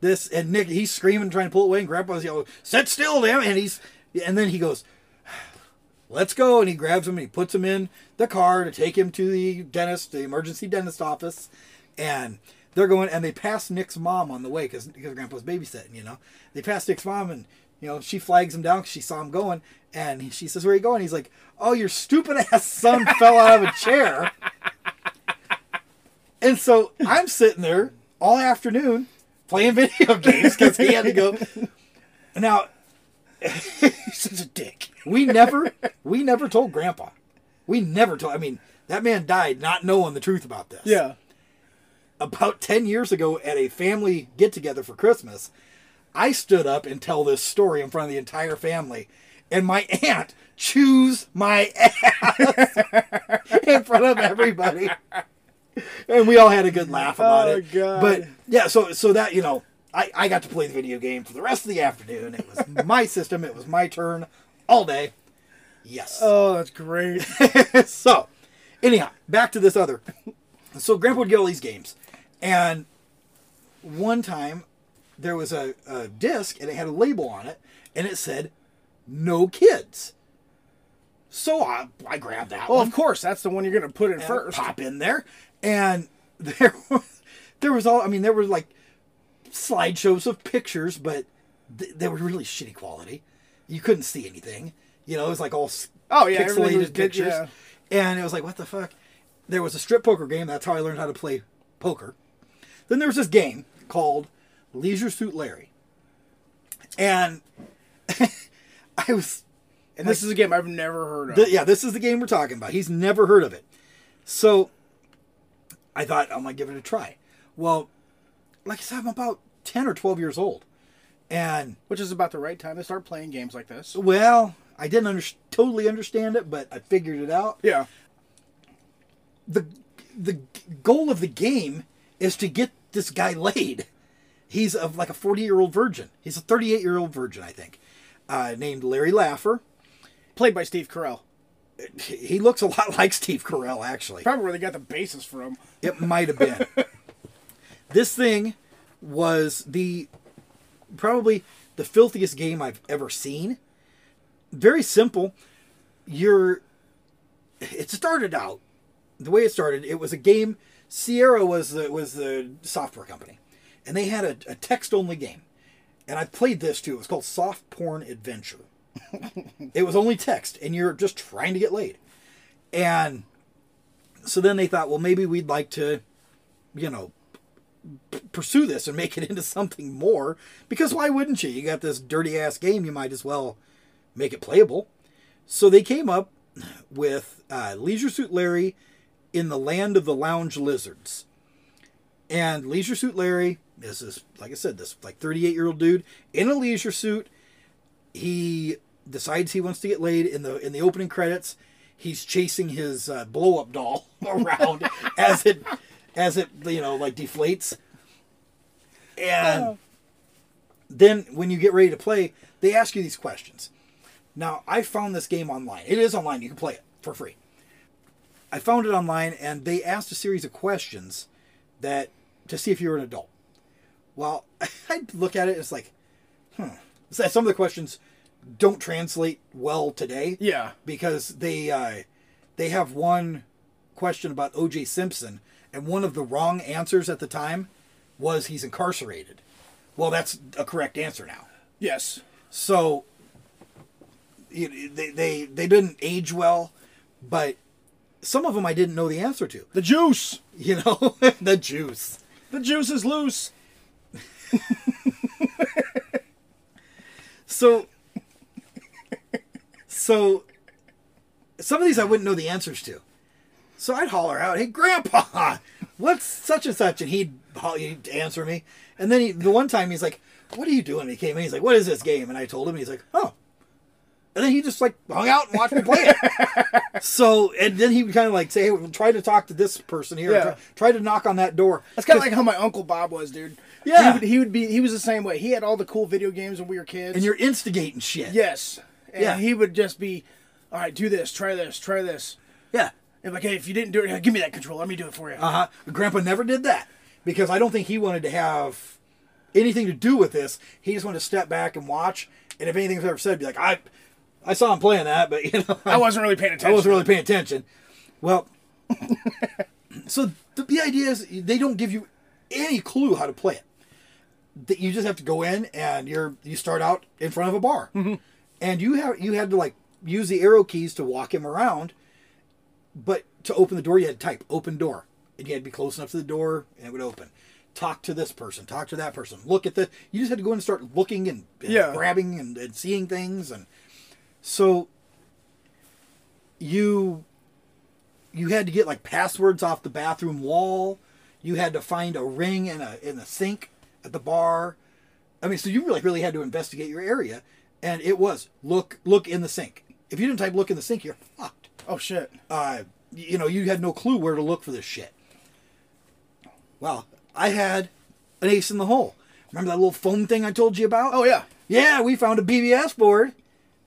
this. And Nick, he's screaming, trying to pull it away. And Grandpa's yelling, "Sit still, damn!" it," And he's, and then he goes, let's go. And he grabs him and he puts him in the car to take him to the dentist, the emergency dentist office. And they're going, and they pass Nick's mom on the way because Grandpa's babysitting, you know. They pass Nick's mom and, you know, she flags him down because she saw him going. And he- she says, Where are you going? He's like, Oh, your stupid ass son fell out of a chair. And so I'm sitting there all afternoon playing video games because he had to go. Now, he's such a dick. We never, we never told Grandpa. We never told. I mean, that man died not knowing the truth about this. Yeah. About ten years ago, at a family get together for Christmas, I stood up and tell this story in front of the entire family, and my aunt chews my ass in front of everybody, and we all had a good laugh about Oh, it. God. But yeah, so so that you know, I I got to play the video game for the rest of the afternoon. It was my system. It was my turn all day. Yes. Oh, that's great. so, anyhow, back to this other. So Grandpa would get all these games, and one time there was a, a disc and it had a label on it, and it said "No Kids." So I I grabbed that Well, one of course, that's the one you're gonna put in and first. Pop in there, and there was there was all. I mean, there were like slideshows of pictures, but th- they were really shitty quality. You couldn't see anything. You know, it was like all s- Oh, yeah, everything pixelated was big, pictures, yeah. and it was like what the fuck. There was a strip poker game. That's how I learned how to play poker. Then there was this game called Leisure Suit Larry, and I was And this is a game I've never heard of. Th- yeah, this is the game we're talking about. He's never heard of it. So I thought I'm gonna give it a try. Well, like I said, I'm about ten or twelve years old, and Which is about the right time to start playing games like this. well, I didn't under- totally understand it, but I figured it out. Yeah. the the goal of the game is to get this guy laid. He's of like a 40 year old virgin. He's a 38 year old virgin, I think, uh, named Larry Laffer. Played by Steve Carell. He looks a lot like Steve Carell, actually. Probably where they got the basis from. It might have been. this thing was the probably the filthiest game I've ever seen. Very simple. You're it started out the way it started, it was a game Sierra was the was the software company. And they had a, a text only game. And I played this too. It was called Soft Porn Adventure. it was only text and you're just trying to get laid. And so then they thought, well, maybe we'd like to, you know, p- pursue this and make it into something more. Because why wouldn't you? You got this dirty ass game, you might as well make it playable. So they came up with uh, Leisure Suit Larry in the Land of the Lounge Lizards. And Leisure Suit Larry is this, like I said, this like 38 year old dude in a leisure suit. He decides he wants to get laid in the in the opening credits. He's chasing his uh, blow up doll around as it as it you know like deflates. And then when you get ready to play, they ask you these questions. Now, I found this game online. It is online. You can play it for free. I found it online and they asked a series of questions that to see if you were an adult. Well, I'd look at it and it's like, hmm. So some of the questions don't translate well today. Yeah. Because they uh, they have one question about O.J. Simpson, and one of the wrong answers at the time was he's incarcerated. Well, that's a correct answer now. Yes. So you- they they they didn't age well, but some of them I didn't know the answer to. The juice, you know, the juice. The juice is loose. So, so some of these I wouldn't know the answers to. So I'd holler out, "Hey, Grandpa, what's such and such?" And he'd, ho- he'd answer me. And then he, the one time he's like, "What are you doing?" And he came in. He's like, "What is this game?" And I told him. And he's like, "Oh." And then he just like hung out and watched me play it. so and then he would kind of like say, "Hey, well, try to talk to this person here. Yeah. Try, try to knock on that door." That's kind of 'Cause- like how my uncle Bob was, dude. Yeah. He would, he would be. He was the same way. He had all the cool video games when we were kids. and you're instigating shit. Yes. And Yeah. he would just be, all right, do this, try this, try this. Yeah. And like, hey, if you didn't do it, give me that control. Let me do it for you. Uh huh. Grandpa never did that because I don't think he wanted to have anything to do with this. He just wanted to step back and watch. And if anything was ever said, be like, I, I saw him playing that, but you know, I wasn't really paying attention. I wasn't really paying attention. Well, so the, the idea is they don't give you any clue how to play it. That you just have to go in and you're you start out in front of a bar, Mm-hmm. and you have you had to like use the arrow keys to walk him around. But to open the door, you had to type "open door," and you had to be close enough to the door, and it would open. Talk to this person. Talk to that person. Look at the. You just had to go in and start looking and, and Yeah. grabbing and, and seeing things, and so you you had to get like passwords off the bathroom wall. You had to find a ring in a in a sink at the bar. I mean, so you really really had to investigate your area, and it was look look in the sink. If you didn't type look in the sink, you're fucked. Oh shit. Uh, y- you know, you had no clue where to look for this shit. Well, I had an ace in the hole. Remember that little phone thing I told you about? Oh yeah. Yeah, we found a BBS board.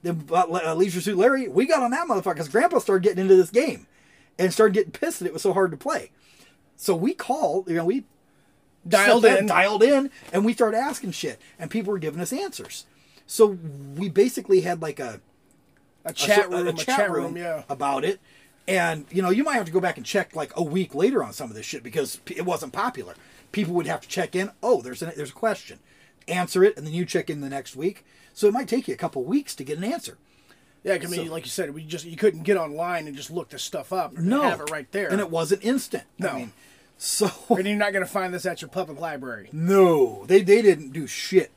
Then uh, Le- uh, Leisure Suit Larry, we got on that motherfucker because Grandpa started getting into this game and started getting pissed that it was so hard to play. So we called, you know, we Dialed sat down, in. dialed in, and we started asking shit, and people were giving us answers. So we basically had like a A a chat so- room. A, chat, room. Yeah. about it. And you know, you might have to go back and check like a week later on some of this shit because p- it wasn't popular. People would have to check in. Oh, there's an, there's a question, answer it, and then you check in the next week. So it might take you a couple weeks to get an answer. Yeah. 'cause I mean, So- like you said, we just you couldn't get online and just look this stuff up. and No, Have it right there. and it wasn't instant. No. I mean, so and you're not gonna find this at your public library. no, they they didn't do shit.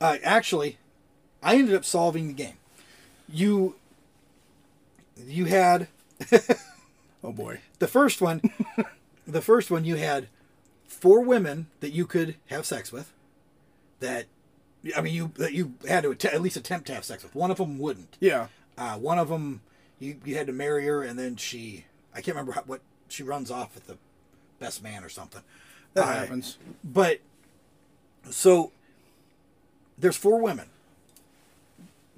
Uh, actually, I ended up solving the game. You you had Oh boy. The first one, the first one, you had four women that you could have sex with. That, I mean, you that you had to att- at least attempt to have sex with. One of them wouldn't. Yeah. Uh, one of them, you you had to marry her, and then she, I can't remember how, what she runs off with the best man or something. That Uh, happens. But so there's four women.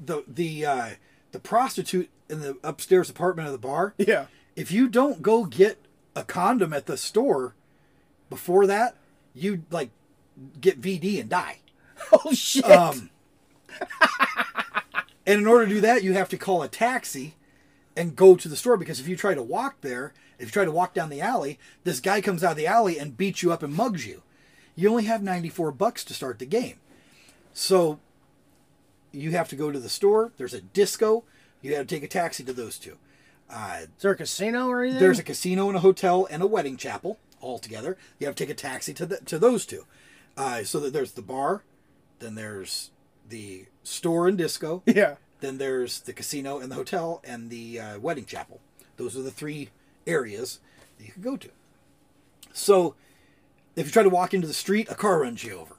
The the uh, the prostitute in the upstairs apartment of the bar Yeah. if you don't go get a condom at the store before that, you like get VD and die. Oh shit. Um, and in order to do that, you have to call a taxi and go to the store because if you try to walk there, if you try to walk down the alley, this guy comes out of the alley and beats you up and mugs you. You only have 94 bucks to start the game. So you have to go to the store. There's a disco. You have to take a taxi to those two. Uh, is there a casino or anything? there's a casino and a hotel and a wedding chapel all together. You have to take a taxi to the, to those two. Uh, so that there's the bar, then there's the store and disco, Yeah. then there's the casino and the hotel and the uh, wedding chapel. Those are the three areas that you can go to. So if you try to walk into the street, a car runs you over.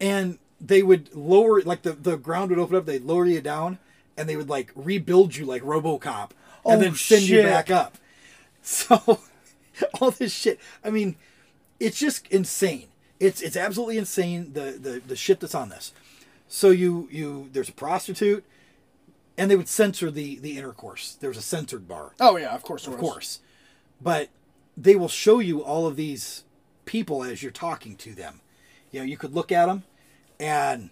And they would lower, like the, the ground would open up, they'd lower you down, and they would like rebuild you like Robocop and Oh, then send you shit. back up. So all this shit. I mean, it's just insane. It's it's absolutely insane the, the, the shit that's on this. So you you there's a prostitute, and they would censor the the intercourse. There's a censored bar Oh yeah, of course. there of was. course. But they will show you all of these people as you're talking to them. You know, you could look at them and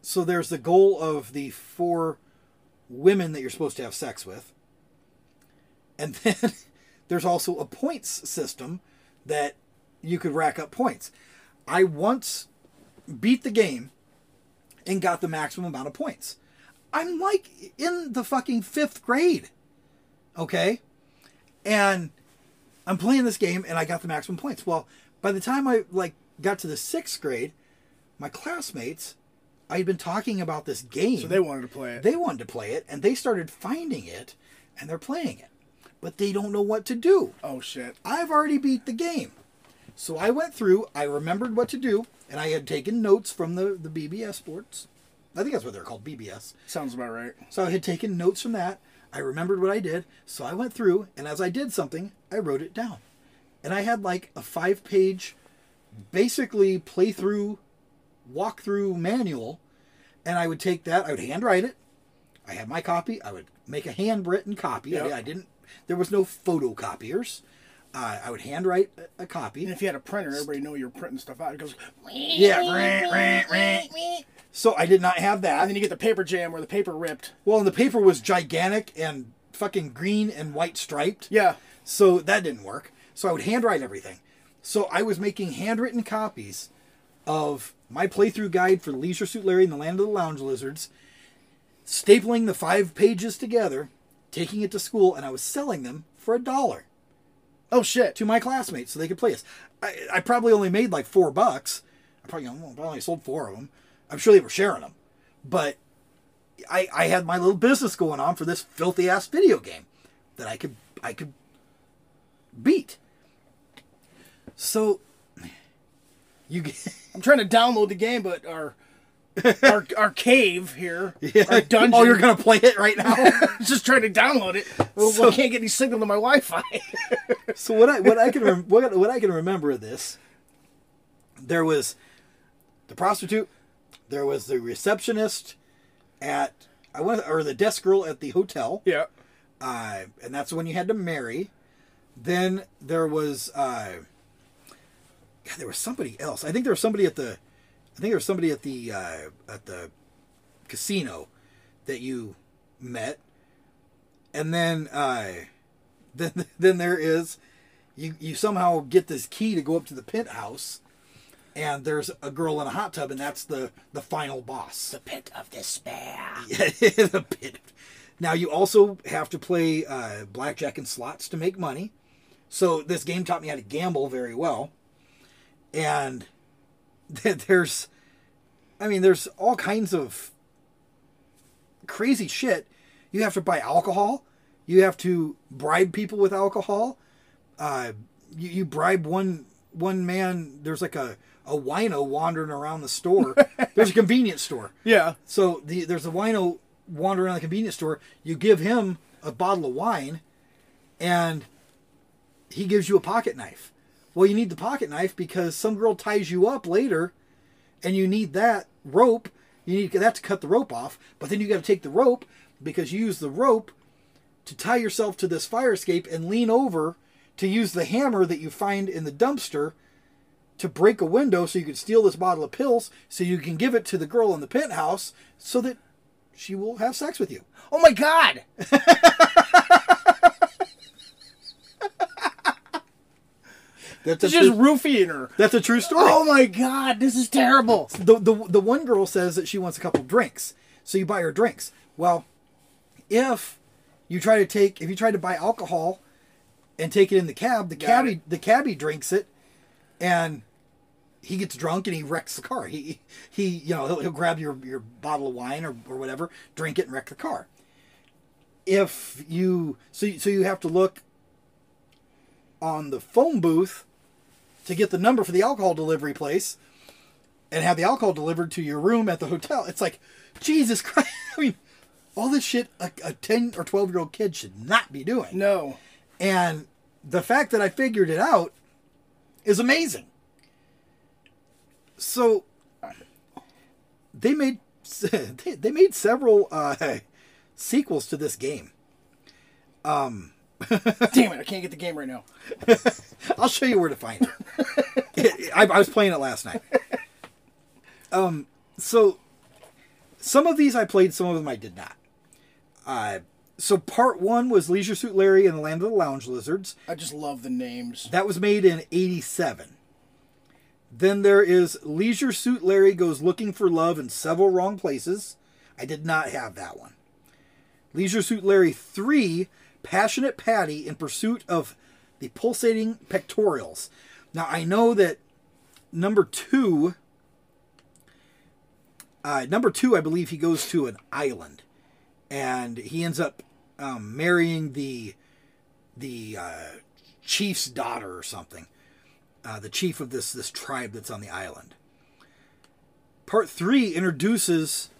so there's the goal of the four women that you're supposed to have sex with. And then there's also a points system that you could rack up points. I once beat the game and got the maximum amount of points. I'm like in the fucking fifth grade. Okay? And I'm playing this game and I got the maximum points. Well, by the time I like got to the sixth grade, my classmates I had been talking about this game. So they wanted to play it. They wanted to play it, and they started finding it, and they're playing it. But they don't know what to do. Oh, shit. I've already beat the game. So I went through, I remembered what to do, and I had taken notes from the, the BBS boards. I think that's what they're called, BBS. Sounds about right. So I had taken notes from that. I remembered what I did. So I went through, and as I did something, I wrote it down. And I had like a five page, basically playthrough walkthrough manual, and I would take that. I would handwrite it. I had my copy. I would make a handwritten copy. Yep. I, I didn't. There was no photocopiers. Uh, I would handwrite a- a copy. And if you had a printer, everybody know you were printing stuff out. It goes, Yeah, rah, rah, rah. So I did not have that. and then you get the paper jam where the paper ripped. Well, and the paper was gigantic and fucking green and white striped. Yeah. So that didn't work. So I would handwrite everything. So I was making handwritten copies of my playthrough guide for Leisure Suit Larry and the Land of the Lounge Lizards, stapling the five pages together, taking it to school, and I was selling them for a dollar. Oh shit! To my classmates so they could play this. I, I probably only made like four bucks. I probably, I probably only sold four of them. I'm sure they were sharing them, but I I had my little business going on for this filthy ass video game that I could I could beat. So you get I'm trying to download the game, but our our, our cave here, our dungeon. Oh, you're gonna play it right now. just trying to download it. Well, So- I can't get any signal to my Wi-Fi. so what I what I can rem- what, what I can remember of this, there was the prostitute, there was the receptionist at I was or the desk girl at the hotel. yeah. uh, and that's when you had to marry. Then there was, uh, God, there was somebody else. I think there was somebody at the, I think there was somebody at the uh, at the casino that you met, and then uh, then then there is, you you somehow get this key to go up to the penthouse. And there's a girl in a hot tub, and that's the the final boss. The pit of despair. the pit. Now you also have to play uh, blackjack and slots to make money. So this game taught me how to gamble very well, and th- there's, I mean, there's all kinds of crazy shit. You have to buy alcohol. You have to bribe people with alcohol. Uh, you, you bribe one one man. There's like a a wino wandering around the store. there's a convenience store. Yeah. So the, there's a wino wandering around the convenience store. You give him a bottle of wine, and he gives you a pocket knife. Well, you need the pocket knife because some girl ties you up later, and you need that rope. You need that to cut the rope off. But then you got to take the rope because you use the rope to tie yourself to this fire escape and lean over to use the hammer that you find in the dumpster to break a window so you can steal this bottle of pills so you can give it to the girl in the penthouse so that she will have sex with you. Oh my god! That's a It's just true, roofing her. that's a true story. Oh my god! This is terrible. the, the the one girl says that she wants a couple drinks, so you buy her drinks. Well, if you try to take if you try to buy alcohol and take it in the cab, the cabbie the cabbie drinks it, and he gets drunk and he wrecks the car. He he you know he'll, he'll grab your your bottle of wine or, or whatever, drink it and wreck the car. If you so you- so you have to look on the phone booth to get the number for the alcohol delivery place and have the alcohol delivered to your room at the hotel. It's like, Jesus Christ. I mean, all this shit a, a 10 or 12 year old kid should not be doing. No. And the fact that I figured it out is amazing. So they made they, they made several uh, sequels to this game. Um, Damn it! I can't get the game right now. I'll show you where to find it. I, I was playing it last night. Um, so Some of these I played, some of them I did not. Uh, so part one was Leisure Suit Larry and the Land of the Lounge Lizards. I just love the names. That was made in 87. Then there is Leisure Suit Larry Goes Looking for Love in Several Wrong Places. I did not have that one. Leisure Suit Larry 3 Passionate Patty in Pursuit of the Pulsating Pectorials. Now, I know that number two, uh, number two, I believe he goes to an island and he ends up um, marrying the the uh, chief's daughter or something, uh, the chief of this this tribe that's on the island. Part three introduces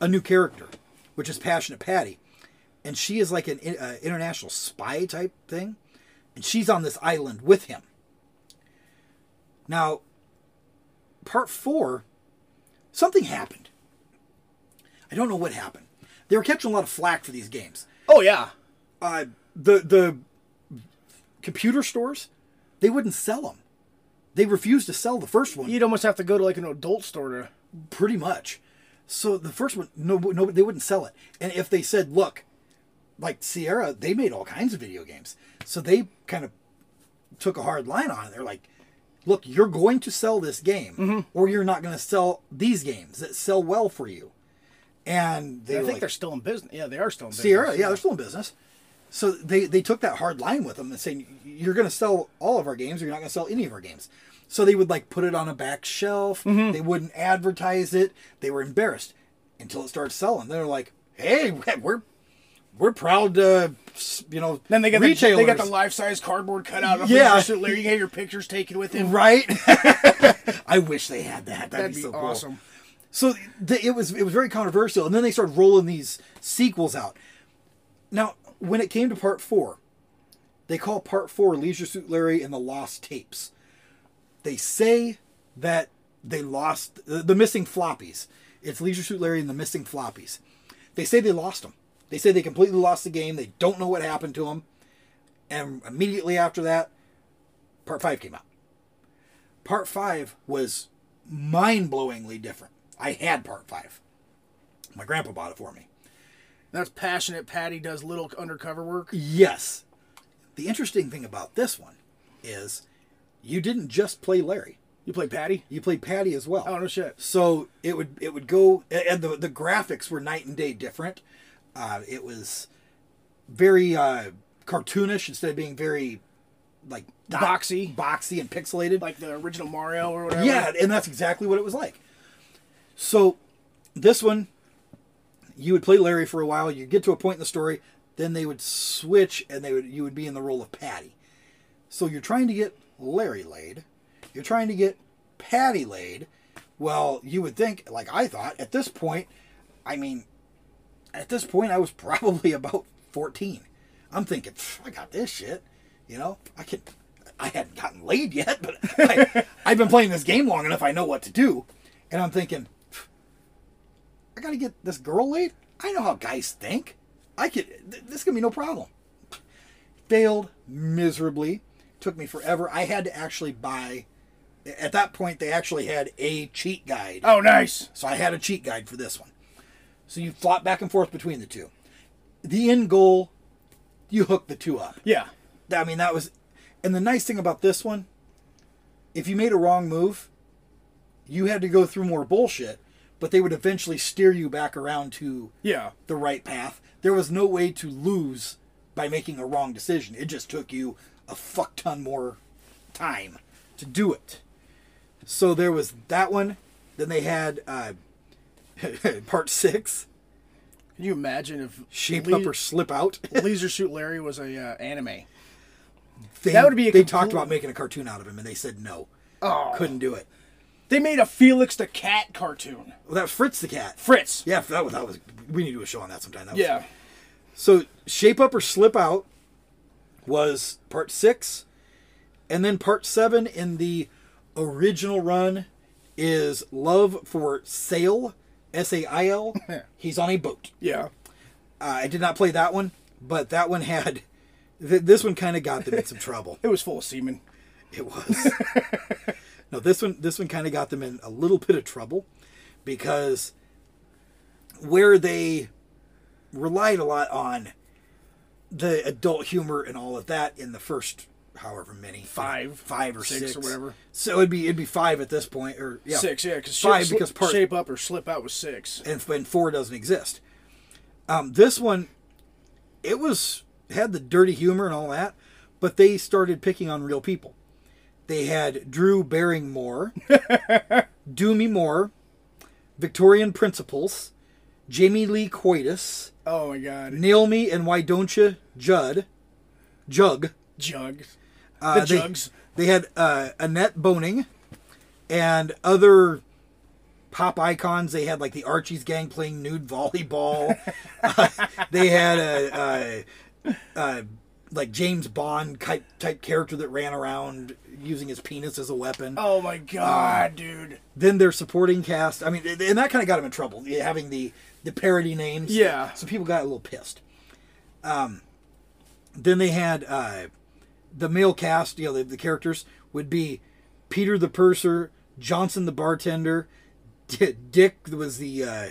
a new character, which is Passionate Patty, and she is like an in- uh, international spy type thing, and she's on this island with him. Now, part four, something happened. I don't know what happened they were catching a lot of flack for these games. Oh yeah, uh, the the computer stores they wouldn't sell them. They refused to sell the first one. You'd almost have to go to like an adult store to. Pretty much. So the first one, no, no, they wouldn't sell it. And if they said, look, like Sierra, they made all kinds of video games, so they kind of took a hard line on it. They're like. Look, you're going to sell this game, Mm-hmm. or you're not going to sell these games that sell well for you. And they I were think like, they're still in business. Yeah, they are still in business. Sierra, yeah, they're still in business. So they, they took that hard line with them and saying, you're going to sell all of our games or you're not going to sell any of our games. So they would like put it on a back shelf. Mm-hmm. They wouldn't advertise it. They were embarrassed until it started selling. They're like, hey, we're we're proud to, s- you know, Then they get the, retailers. they got the life size cardboard cutout. Of Yeah. yeah, so Larry, you can have your pictures taken with him. Right? I wish they had that. That'd, That'd be, be so cool. awesome. So th- it was it was very controversial, and then they started rolling these sequels out. Now, when it came to part four, they call part four "Leisure Suit Larry and the Lost Tapes." They say that they lost the, the missing floppies. It's Leisure Suit Larry and the missing floppies. They say they lost them. They say they completely lost the game. They don't know what happened to them. And immediately after that, part five came out. Part five was mind blowingly different. I had part five. My grandpa bought it for me. That's passionate. Patty does little undercover work. Yes. The interesting thing about this one is you didn't just play Larry. You played Patty. You played Patty as well. Oh no shit. So it would it would go and the the graphics were night and day different. Uh, it was very uh, cartoonish instead of being very like dot- Boxy. boxy and pixelated. Like the original Mario or whatever. Yeah, and that's exactly what it was like. So, this one, you would play Larry for a while. You get to a point in the story, then they would switch, and they would you would be in the role of Patty. So you're trying to get Larry laid, you're trying to get Patty laid. Well, you would think, like I thought, at this point, I mean, at this point, I was probably about 14. I'm thinking, "Pff, I got this shit. You know, I can. I hadn't gotten laid yet, but I, I've been playing this game long enough. I know what to do. And I'm thinking, "Pff, I got to get this girl laid. I know how guys think. I could. Th- this can be no problem. Failed miserably. Took me forever. I had to actually buy. At that point, they actually had a cheat guide. Oh nice. So I had a cheat guide for this one. So you flop back and forth between the two. The end goal, you hook the two up. Yeah. I mean, that was. And the nice thing about this one, if you made a wrong move, you had to go through more bullshit, but they would eventually steer you back around to Yeah. the right path. There was no way to lose by making a wrong decision. It just took you a fuck ton more time to do it. So there was that one. Then they had uh, part six, Can you imagine if shape Le- up or slip out. Laser Shoot Larry was a uh, anime? They, That would be a they complete- talked about making a cartoon out of him, and they said no, Oh. couldn't do it. They made a Felix the Cat cartoon. Well, that was Fritz the cat. Fritz. Yeah, that was, that was. We need to do a show on that sometime. That was Yeah. So shape up or slip out was part six, and then part seven in the original run is love for sale, S A I L. He's on a boat. Yeah. Uh, I did not play that one, but that one had. Th- this one kind of got them in some trouble. It was full of semen. It was. no, this one this one kind of got them in a little bit of trouble because where they relied a lot on the adult humor and all of that in the first however many Five. five or six, Six or whatever. So it'd be it'd be five at this point or yeah Six, yeah, because five because part shape up or slip out was six. and, and four doesn't exist. Um, this one, it was had the dirty humor and all that, but they started picking on real people. They had Drew Barrymore, Doomy Moore, Victorian Principles, Jamie Lee Coitus, Oh my god. Nail Me and Why Don't You Judd, Jug. Jug. Uh, the they- jugs. They, had uh, Annette Boning and other pop icons. They had like the Archie's gang playing nude volleyball. Uh, they had a, a, a like James Bond type type character that ran around using his penis as a weapon. Oh my god, dude. Then their supporting cast. I mean, and that kind of got them in trouble yeah, having the the parody names. Yeah. So people got a little pissed. Um, then they had uh, the male cast. You know, the, the characters would be Peter the purser, Johnson the bartender, D- Dick was the uh,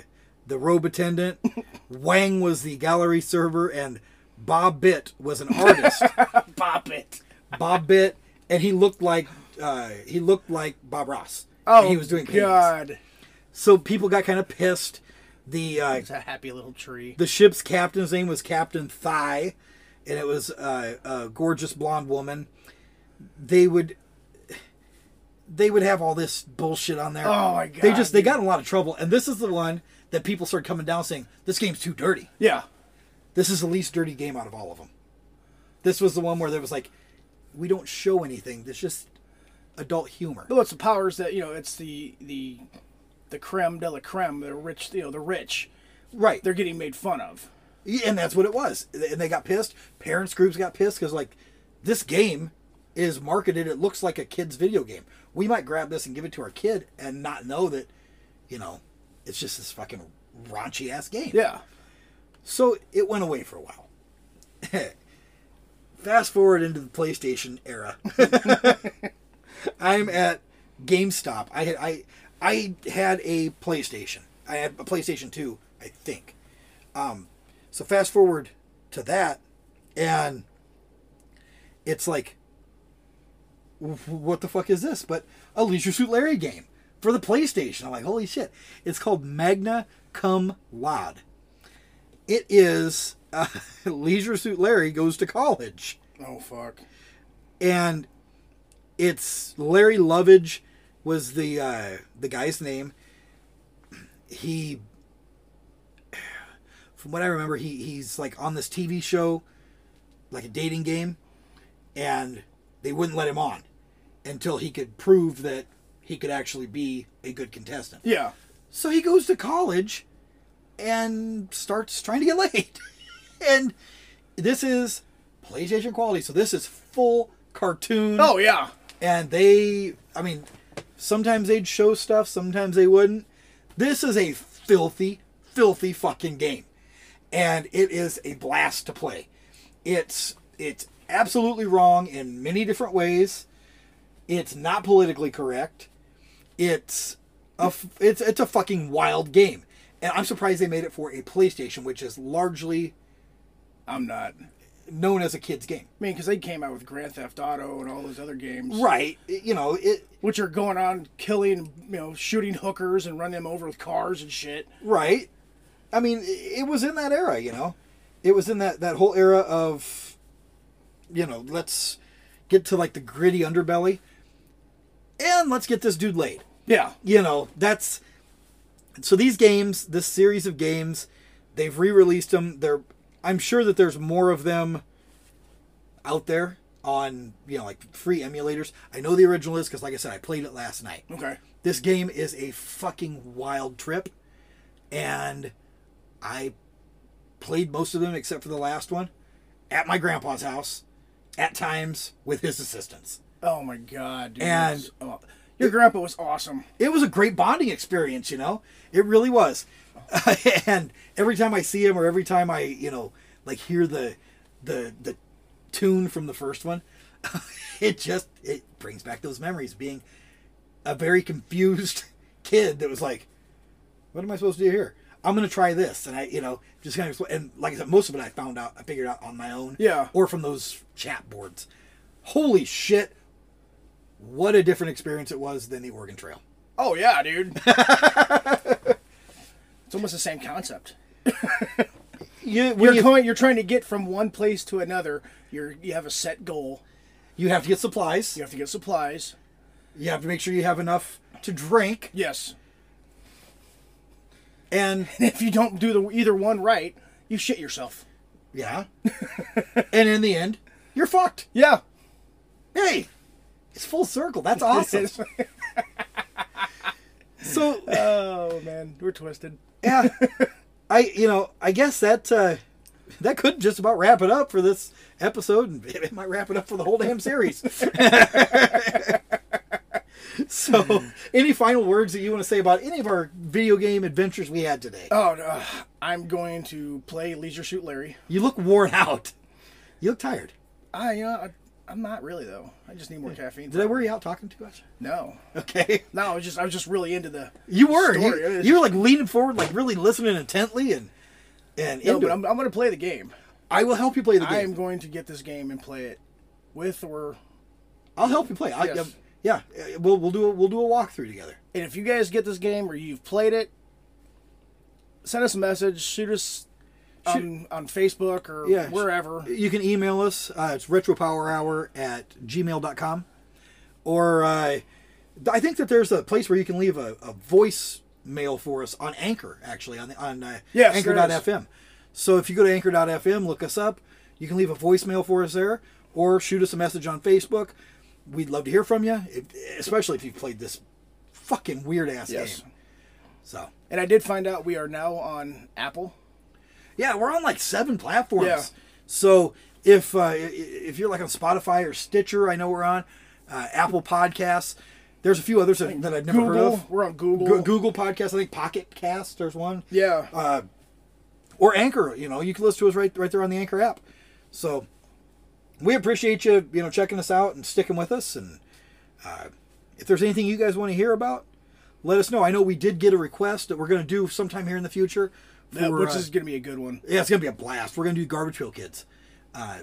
the robe attendant, Wang was the gallery server, and Bob Bitt was an artist. Pop it. Bob Bitt, and he looked like uh, he looked like Bob Ross. Oh, he was doing paintings. God. So people got kind of pissed. The uh, It's a happy little tree. the ship's captain's name was Captain Thigh, and it was uh, a gorgeous blonde woman. They would they would have all this bullshit on there. Oh, my They God, just they got in a lot of trouble, and this is the one that people started coming down saying this game's too dirty. Yeah. This is the least dirty game out of all of them. This was the one where there was like, we don't show anything. There's just adult humor. Well, it's the powers that you know. It's the the the creme de la creme. The rich, you know, the rich. Right. They're getting made fun of. Yeah, and that's what it was. And they got pissed. Parents groups got pissed because like this game is marketed. It looks like a kid's video game. We might grab this and give it to our kid and not know that, you know, it's just this fucking raunchy ass game. Yeah. So it went away for a while. Fast forward into the PlayStation era. I'm at GameStop. I had I I had a PlayStation. I had a PlayStation 2, I think. Um, so fast forward to that, and it's like, "Wh- what the fuck is this? But a Leisure Suit Larry game for the PlayStation. I'm like, holy shit! It's called Magna Cum Laude. It is uh, Leisure Suit Larry goes to college Oh fuck. and it's Larry Lovage was the uh, the guy's name. He, from what I remember, he he's like on this TV show, like a dating game, and they wouldn't let him on until he could prove that he could actually be a good contestant. Yeah. So he goes to college and starts trying to get laid. and this is PlayStation quality. So this is full cartoon. Oh yeah. And they, I mean, sometimes they'd show stuff, sometimes they wouldn't. This is a filthy, filthy fucking game. And it is a blast to play. It's it's absolutely wrong in many different ways. It's not politically correct. It's a f- it's it's a fucking wild game. And I'm surprised they made it for a PlayStation, which is largely I'm not. I known as a kids game. mean, because they came out with Grand Theft Auto and all those other games, Right. You know, it Which are going on killing, you know, shooting hookers and running them over with cars and shit. Right. I mean, i- it was in that era, you know. It was in that that whole era of, you know, let's get to like the gritty underbelly, and let's get this dude laid. Yeah. You know, that's so these games, this series of games, they've re-released them. They're, I'm sure that there's more of them out there on you know like free emulators. I know the original is because, like I said, I played it last night Okay. this game is a fucking wild trip and i played most of them except for the last one at my grandpa's house at times with his assistance Oh my god, dude. And- That's- oh. your grandpa was awesome. it was a great bonding experience you know it really was and every time i see him or every time i you know like hear the the the tune from the first one it just it brings back those memories being a very confused kid that was like what am i supposed to do here I'm gonna try this, and I, you know, just kind of explain. And like I said, most of it I found out, I figured out on my own. Yeah. Or from those chat boards. Holy shit! What a different experience it was than the Oregon Trail. Oh yeah, dude. it's almost the same concept. You, You're when you, going. You're trying to get from one place to another. You're you have a set goal. you have to get supplies. You have to get supplies. You have to make sure you have enough to drink, Yes. and If you don't do the either one right, you shit yourself. yeah, and in the end, you're fucked. Yeah. Hey, it's full circle. That's awesome. so oh man, we're twisted. yeah, I you know I guess that uh, that could just about wrap it up for this episode, and it might wrap it up for the whole damn series. so, any final words that you want to say about any of our video game adventures we had today? Oh no. I'm going to play Leisure Shoot Larry. You look worn out. You look tired. I you know I, I'm not really though. I just need more caffeine. Did I wear you out talking too much? No. Okay. No, I was just I was just really into the. You were. Story, You, it is- you were like leaning forward, like really listening intently, and and No, into it. but I'm, I'm going to play the game. I will help you play the I am game. going to get this game and play it with or I'll help you play. I, Yes. yeah, yeah, we'll we'll do a, we'll do a walkthrough together. And if you guys get this game or you've played it, send us a message. Shoot us on, on Facebook or Yeah, sh- wherever. You can email us. Uh, it's retropowerhour at gmail.com. Or uh, I think that there's a place where you can leave a, a voice mail for us on Anchor, actually, on, the- on uh, Yes, there is. Anchor.fm. So if you go to Anchor.fm, look us up. You can leave a voicemail for us there or shoot us a message on Facebook. We'd love to hear from you, if, especially if you've played this fucking weird ass Yes. game. So, And I did find out we are now on Apple. Yeah, we're on like seven platforms. Yeah. So if uh, i- i- if you're like on Spotify or Stitcher, I know we're on uh, Apple Podcasts. There's a few others that, that I've never Google. heard of. We're on Google. Go- Google Podcasts, I think Pocket Cast. There's one. Yeah. Uh, or Anchor. You know, you can listen to us right right there on the Anchor app. So we appreciate you you know checking us out and sticking with us. And uh, if there's anything you guys want to hear about, let us know. I know we did get a request that we're going to do sometime here in the future. Yeah, for, which uh, is going to be a good one. yeah, it's gonna be a blast. We're gonna do Garbage Pail Kids. Uh,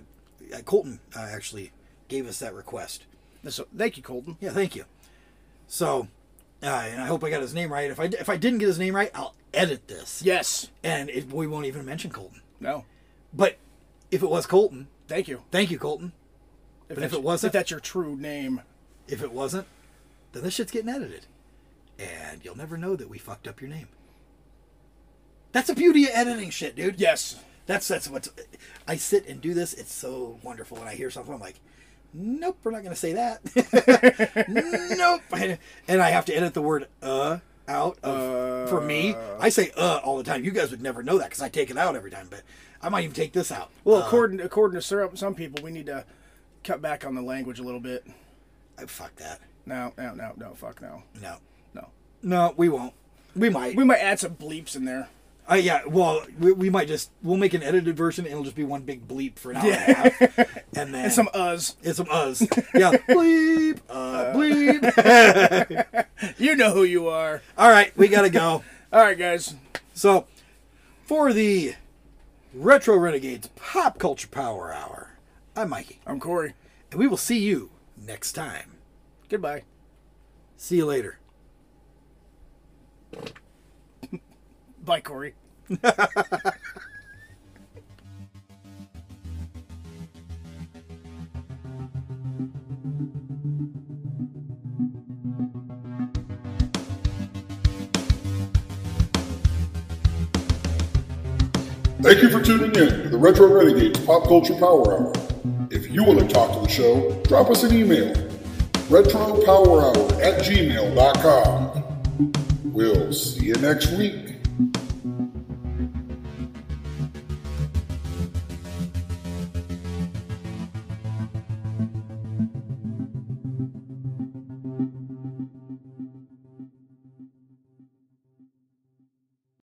uh, Colton uh, actually gave us that request. So, thank you, Colton. Yeah, thank you. So, uh, and I hope I got his name right. If I di- if I didn't get his name right, I'll edit this, Yes. and it, we won't even mention Colton. No. But if it was Colton, Thank you. thank you, Colton. If, But if that's- it wasn't- if that's your true name, If it wasn't, then this shit's getting edited, and you'll never know that we fucked up your name. That's the beauty of editing shit, dude. yes. That's that's what's. I sit and do this. It's so wonderful when I hear something. I'm like, nope, we're not going to say that. nope, and I have to edit the word "uh" out of for me. I say "uh" all the time. You guys would never know that because I take it out every time. But I might even take this out. Well, according according to ser- some people, we need to cut back on the language a little bit. Uh, fuck that. No, no, no, no. Fuck no, No, no. no, we won't. We might. We might add some bleeps in there. Uh, yeah, well, we, we might just we'll make an edited version. and It'll just be one big bleep for an hour and a half, and then And some uh, uhs. and some us. Yeah, bleep, uh, bleep. You know who you are. All right, we gotta go. All right, guys. so, for the Retro Renegades Pop Culture Power Hour, I'm Mikey, I'm Corey. and we will see you next time. Goodbye. See you later. Bye, Corey. Thank you for tuning in to the Retro Renegades Pop Culture Power Hour. If you want to talk to the show, drop us an email. RetroPowerHour at gmail.com. We'll see you next week.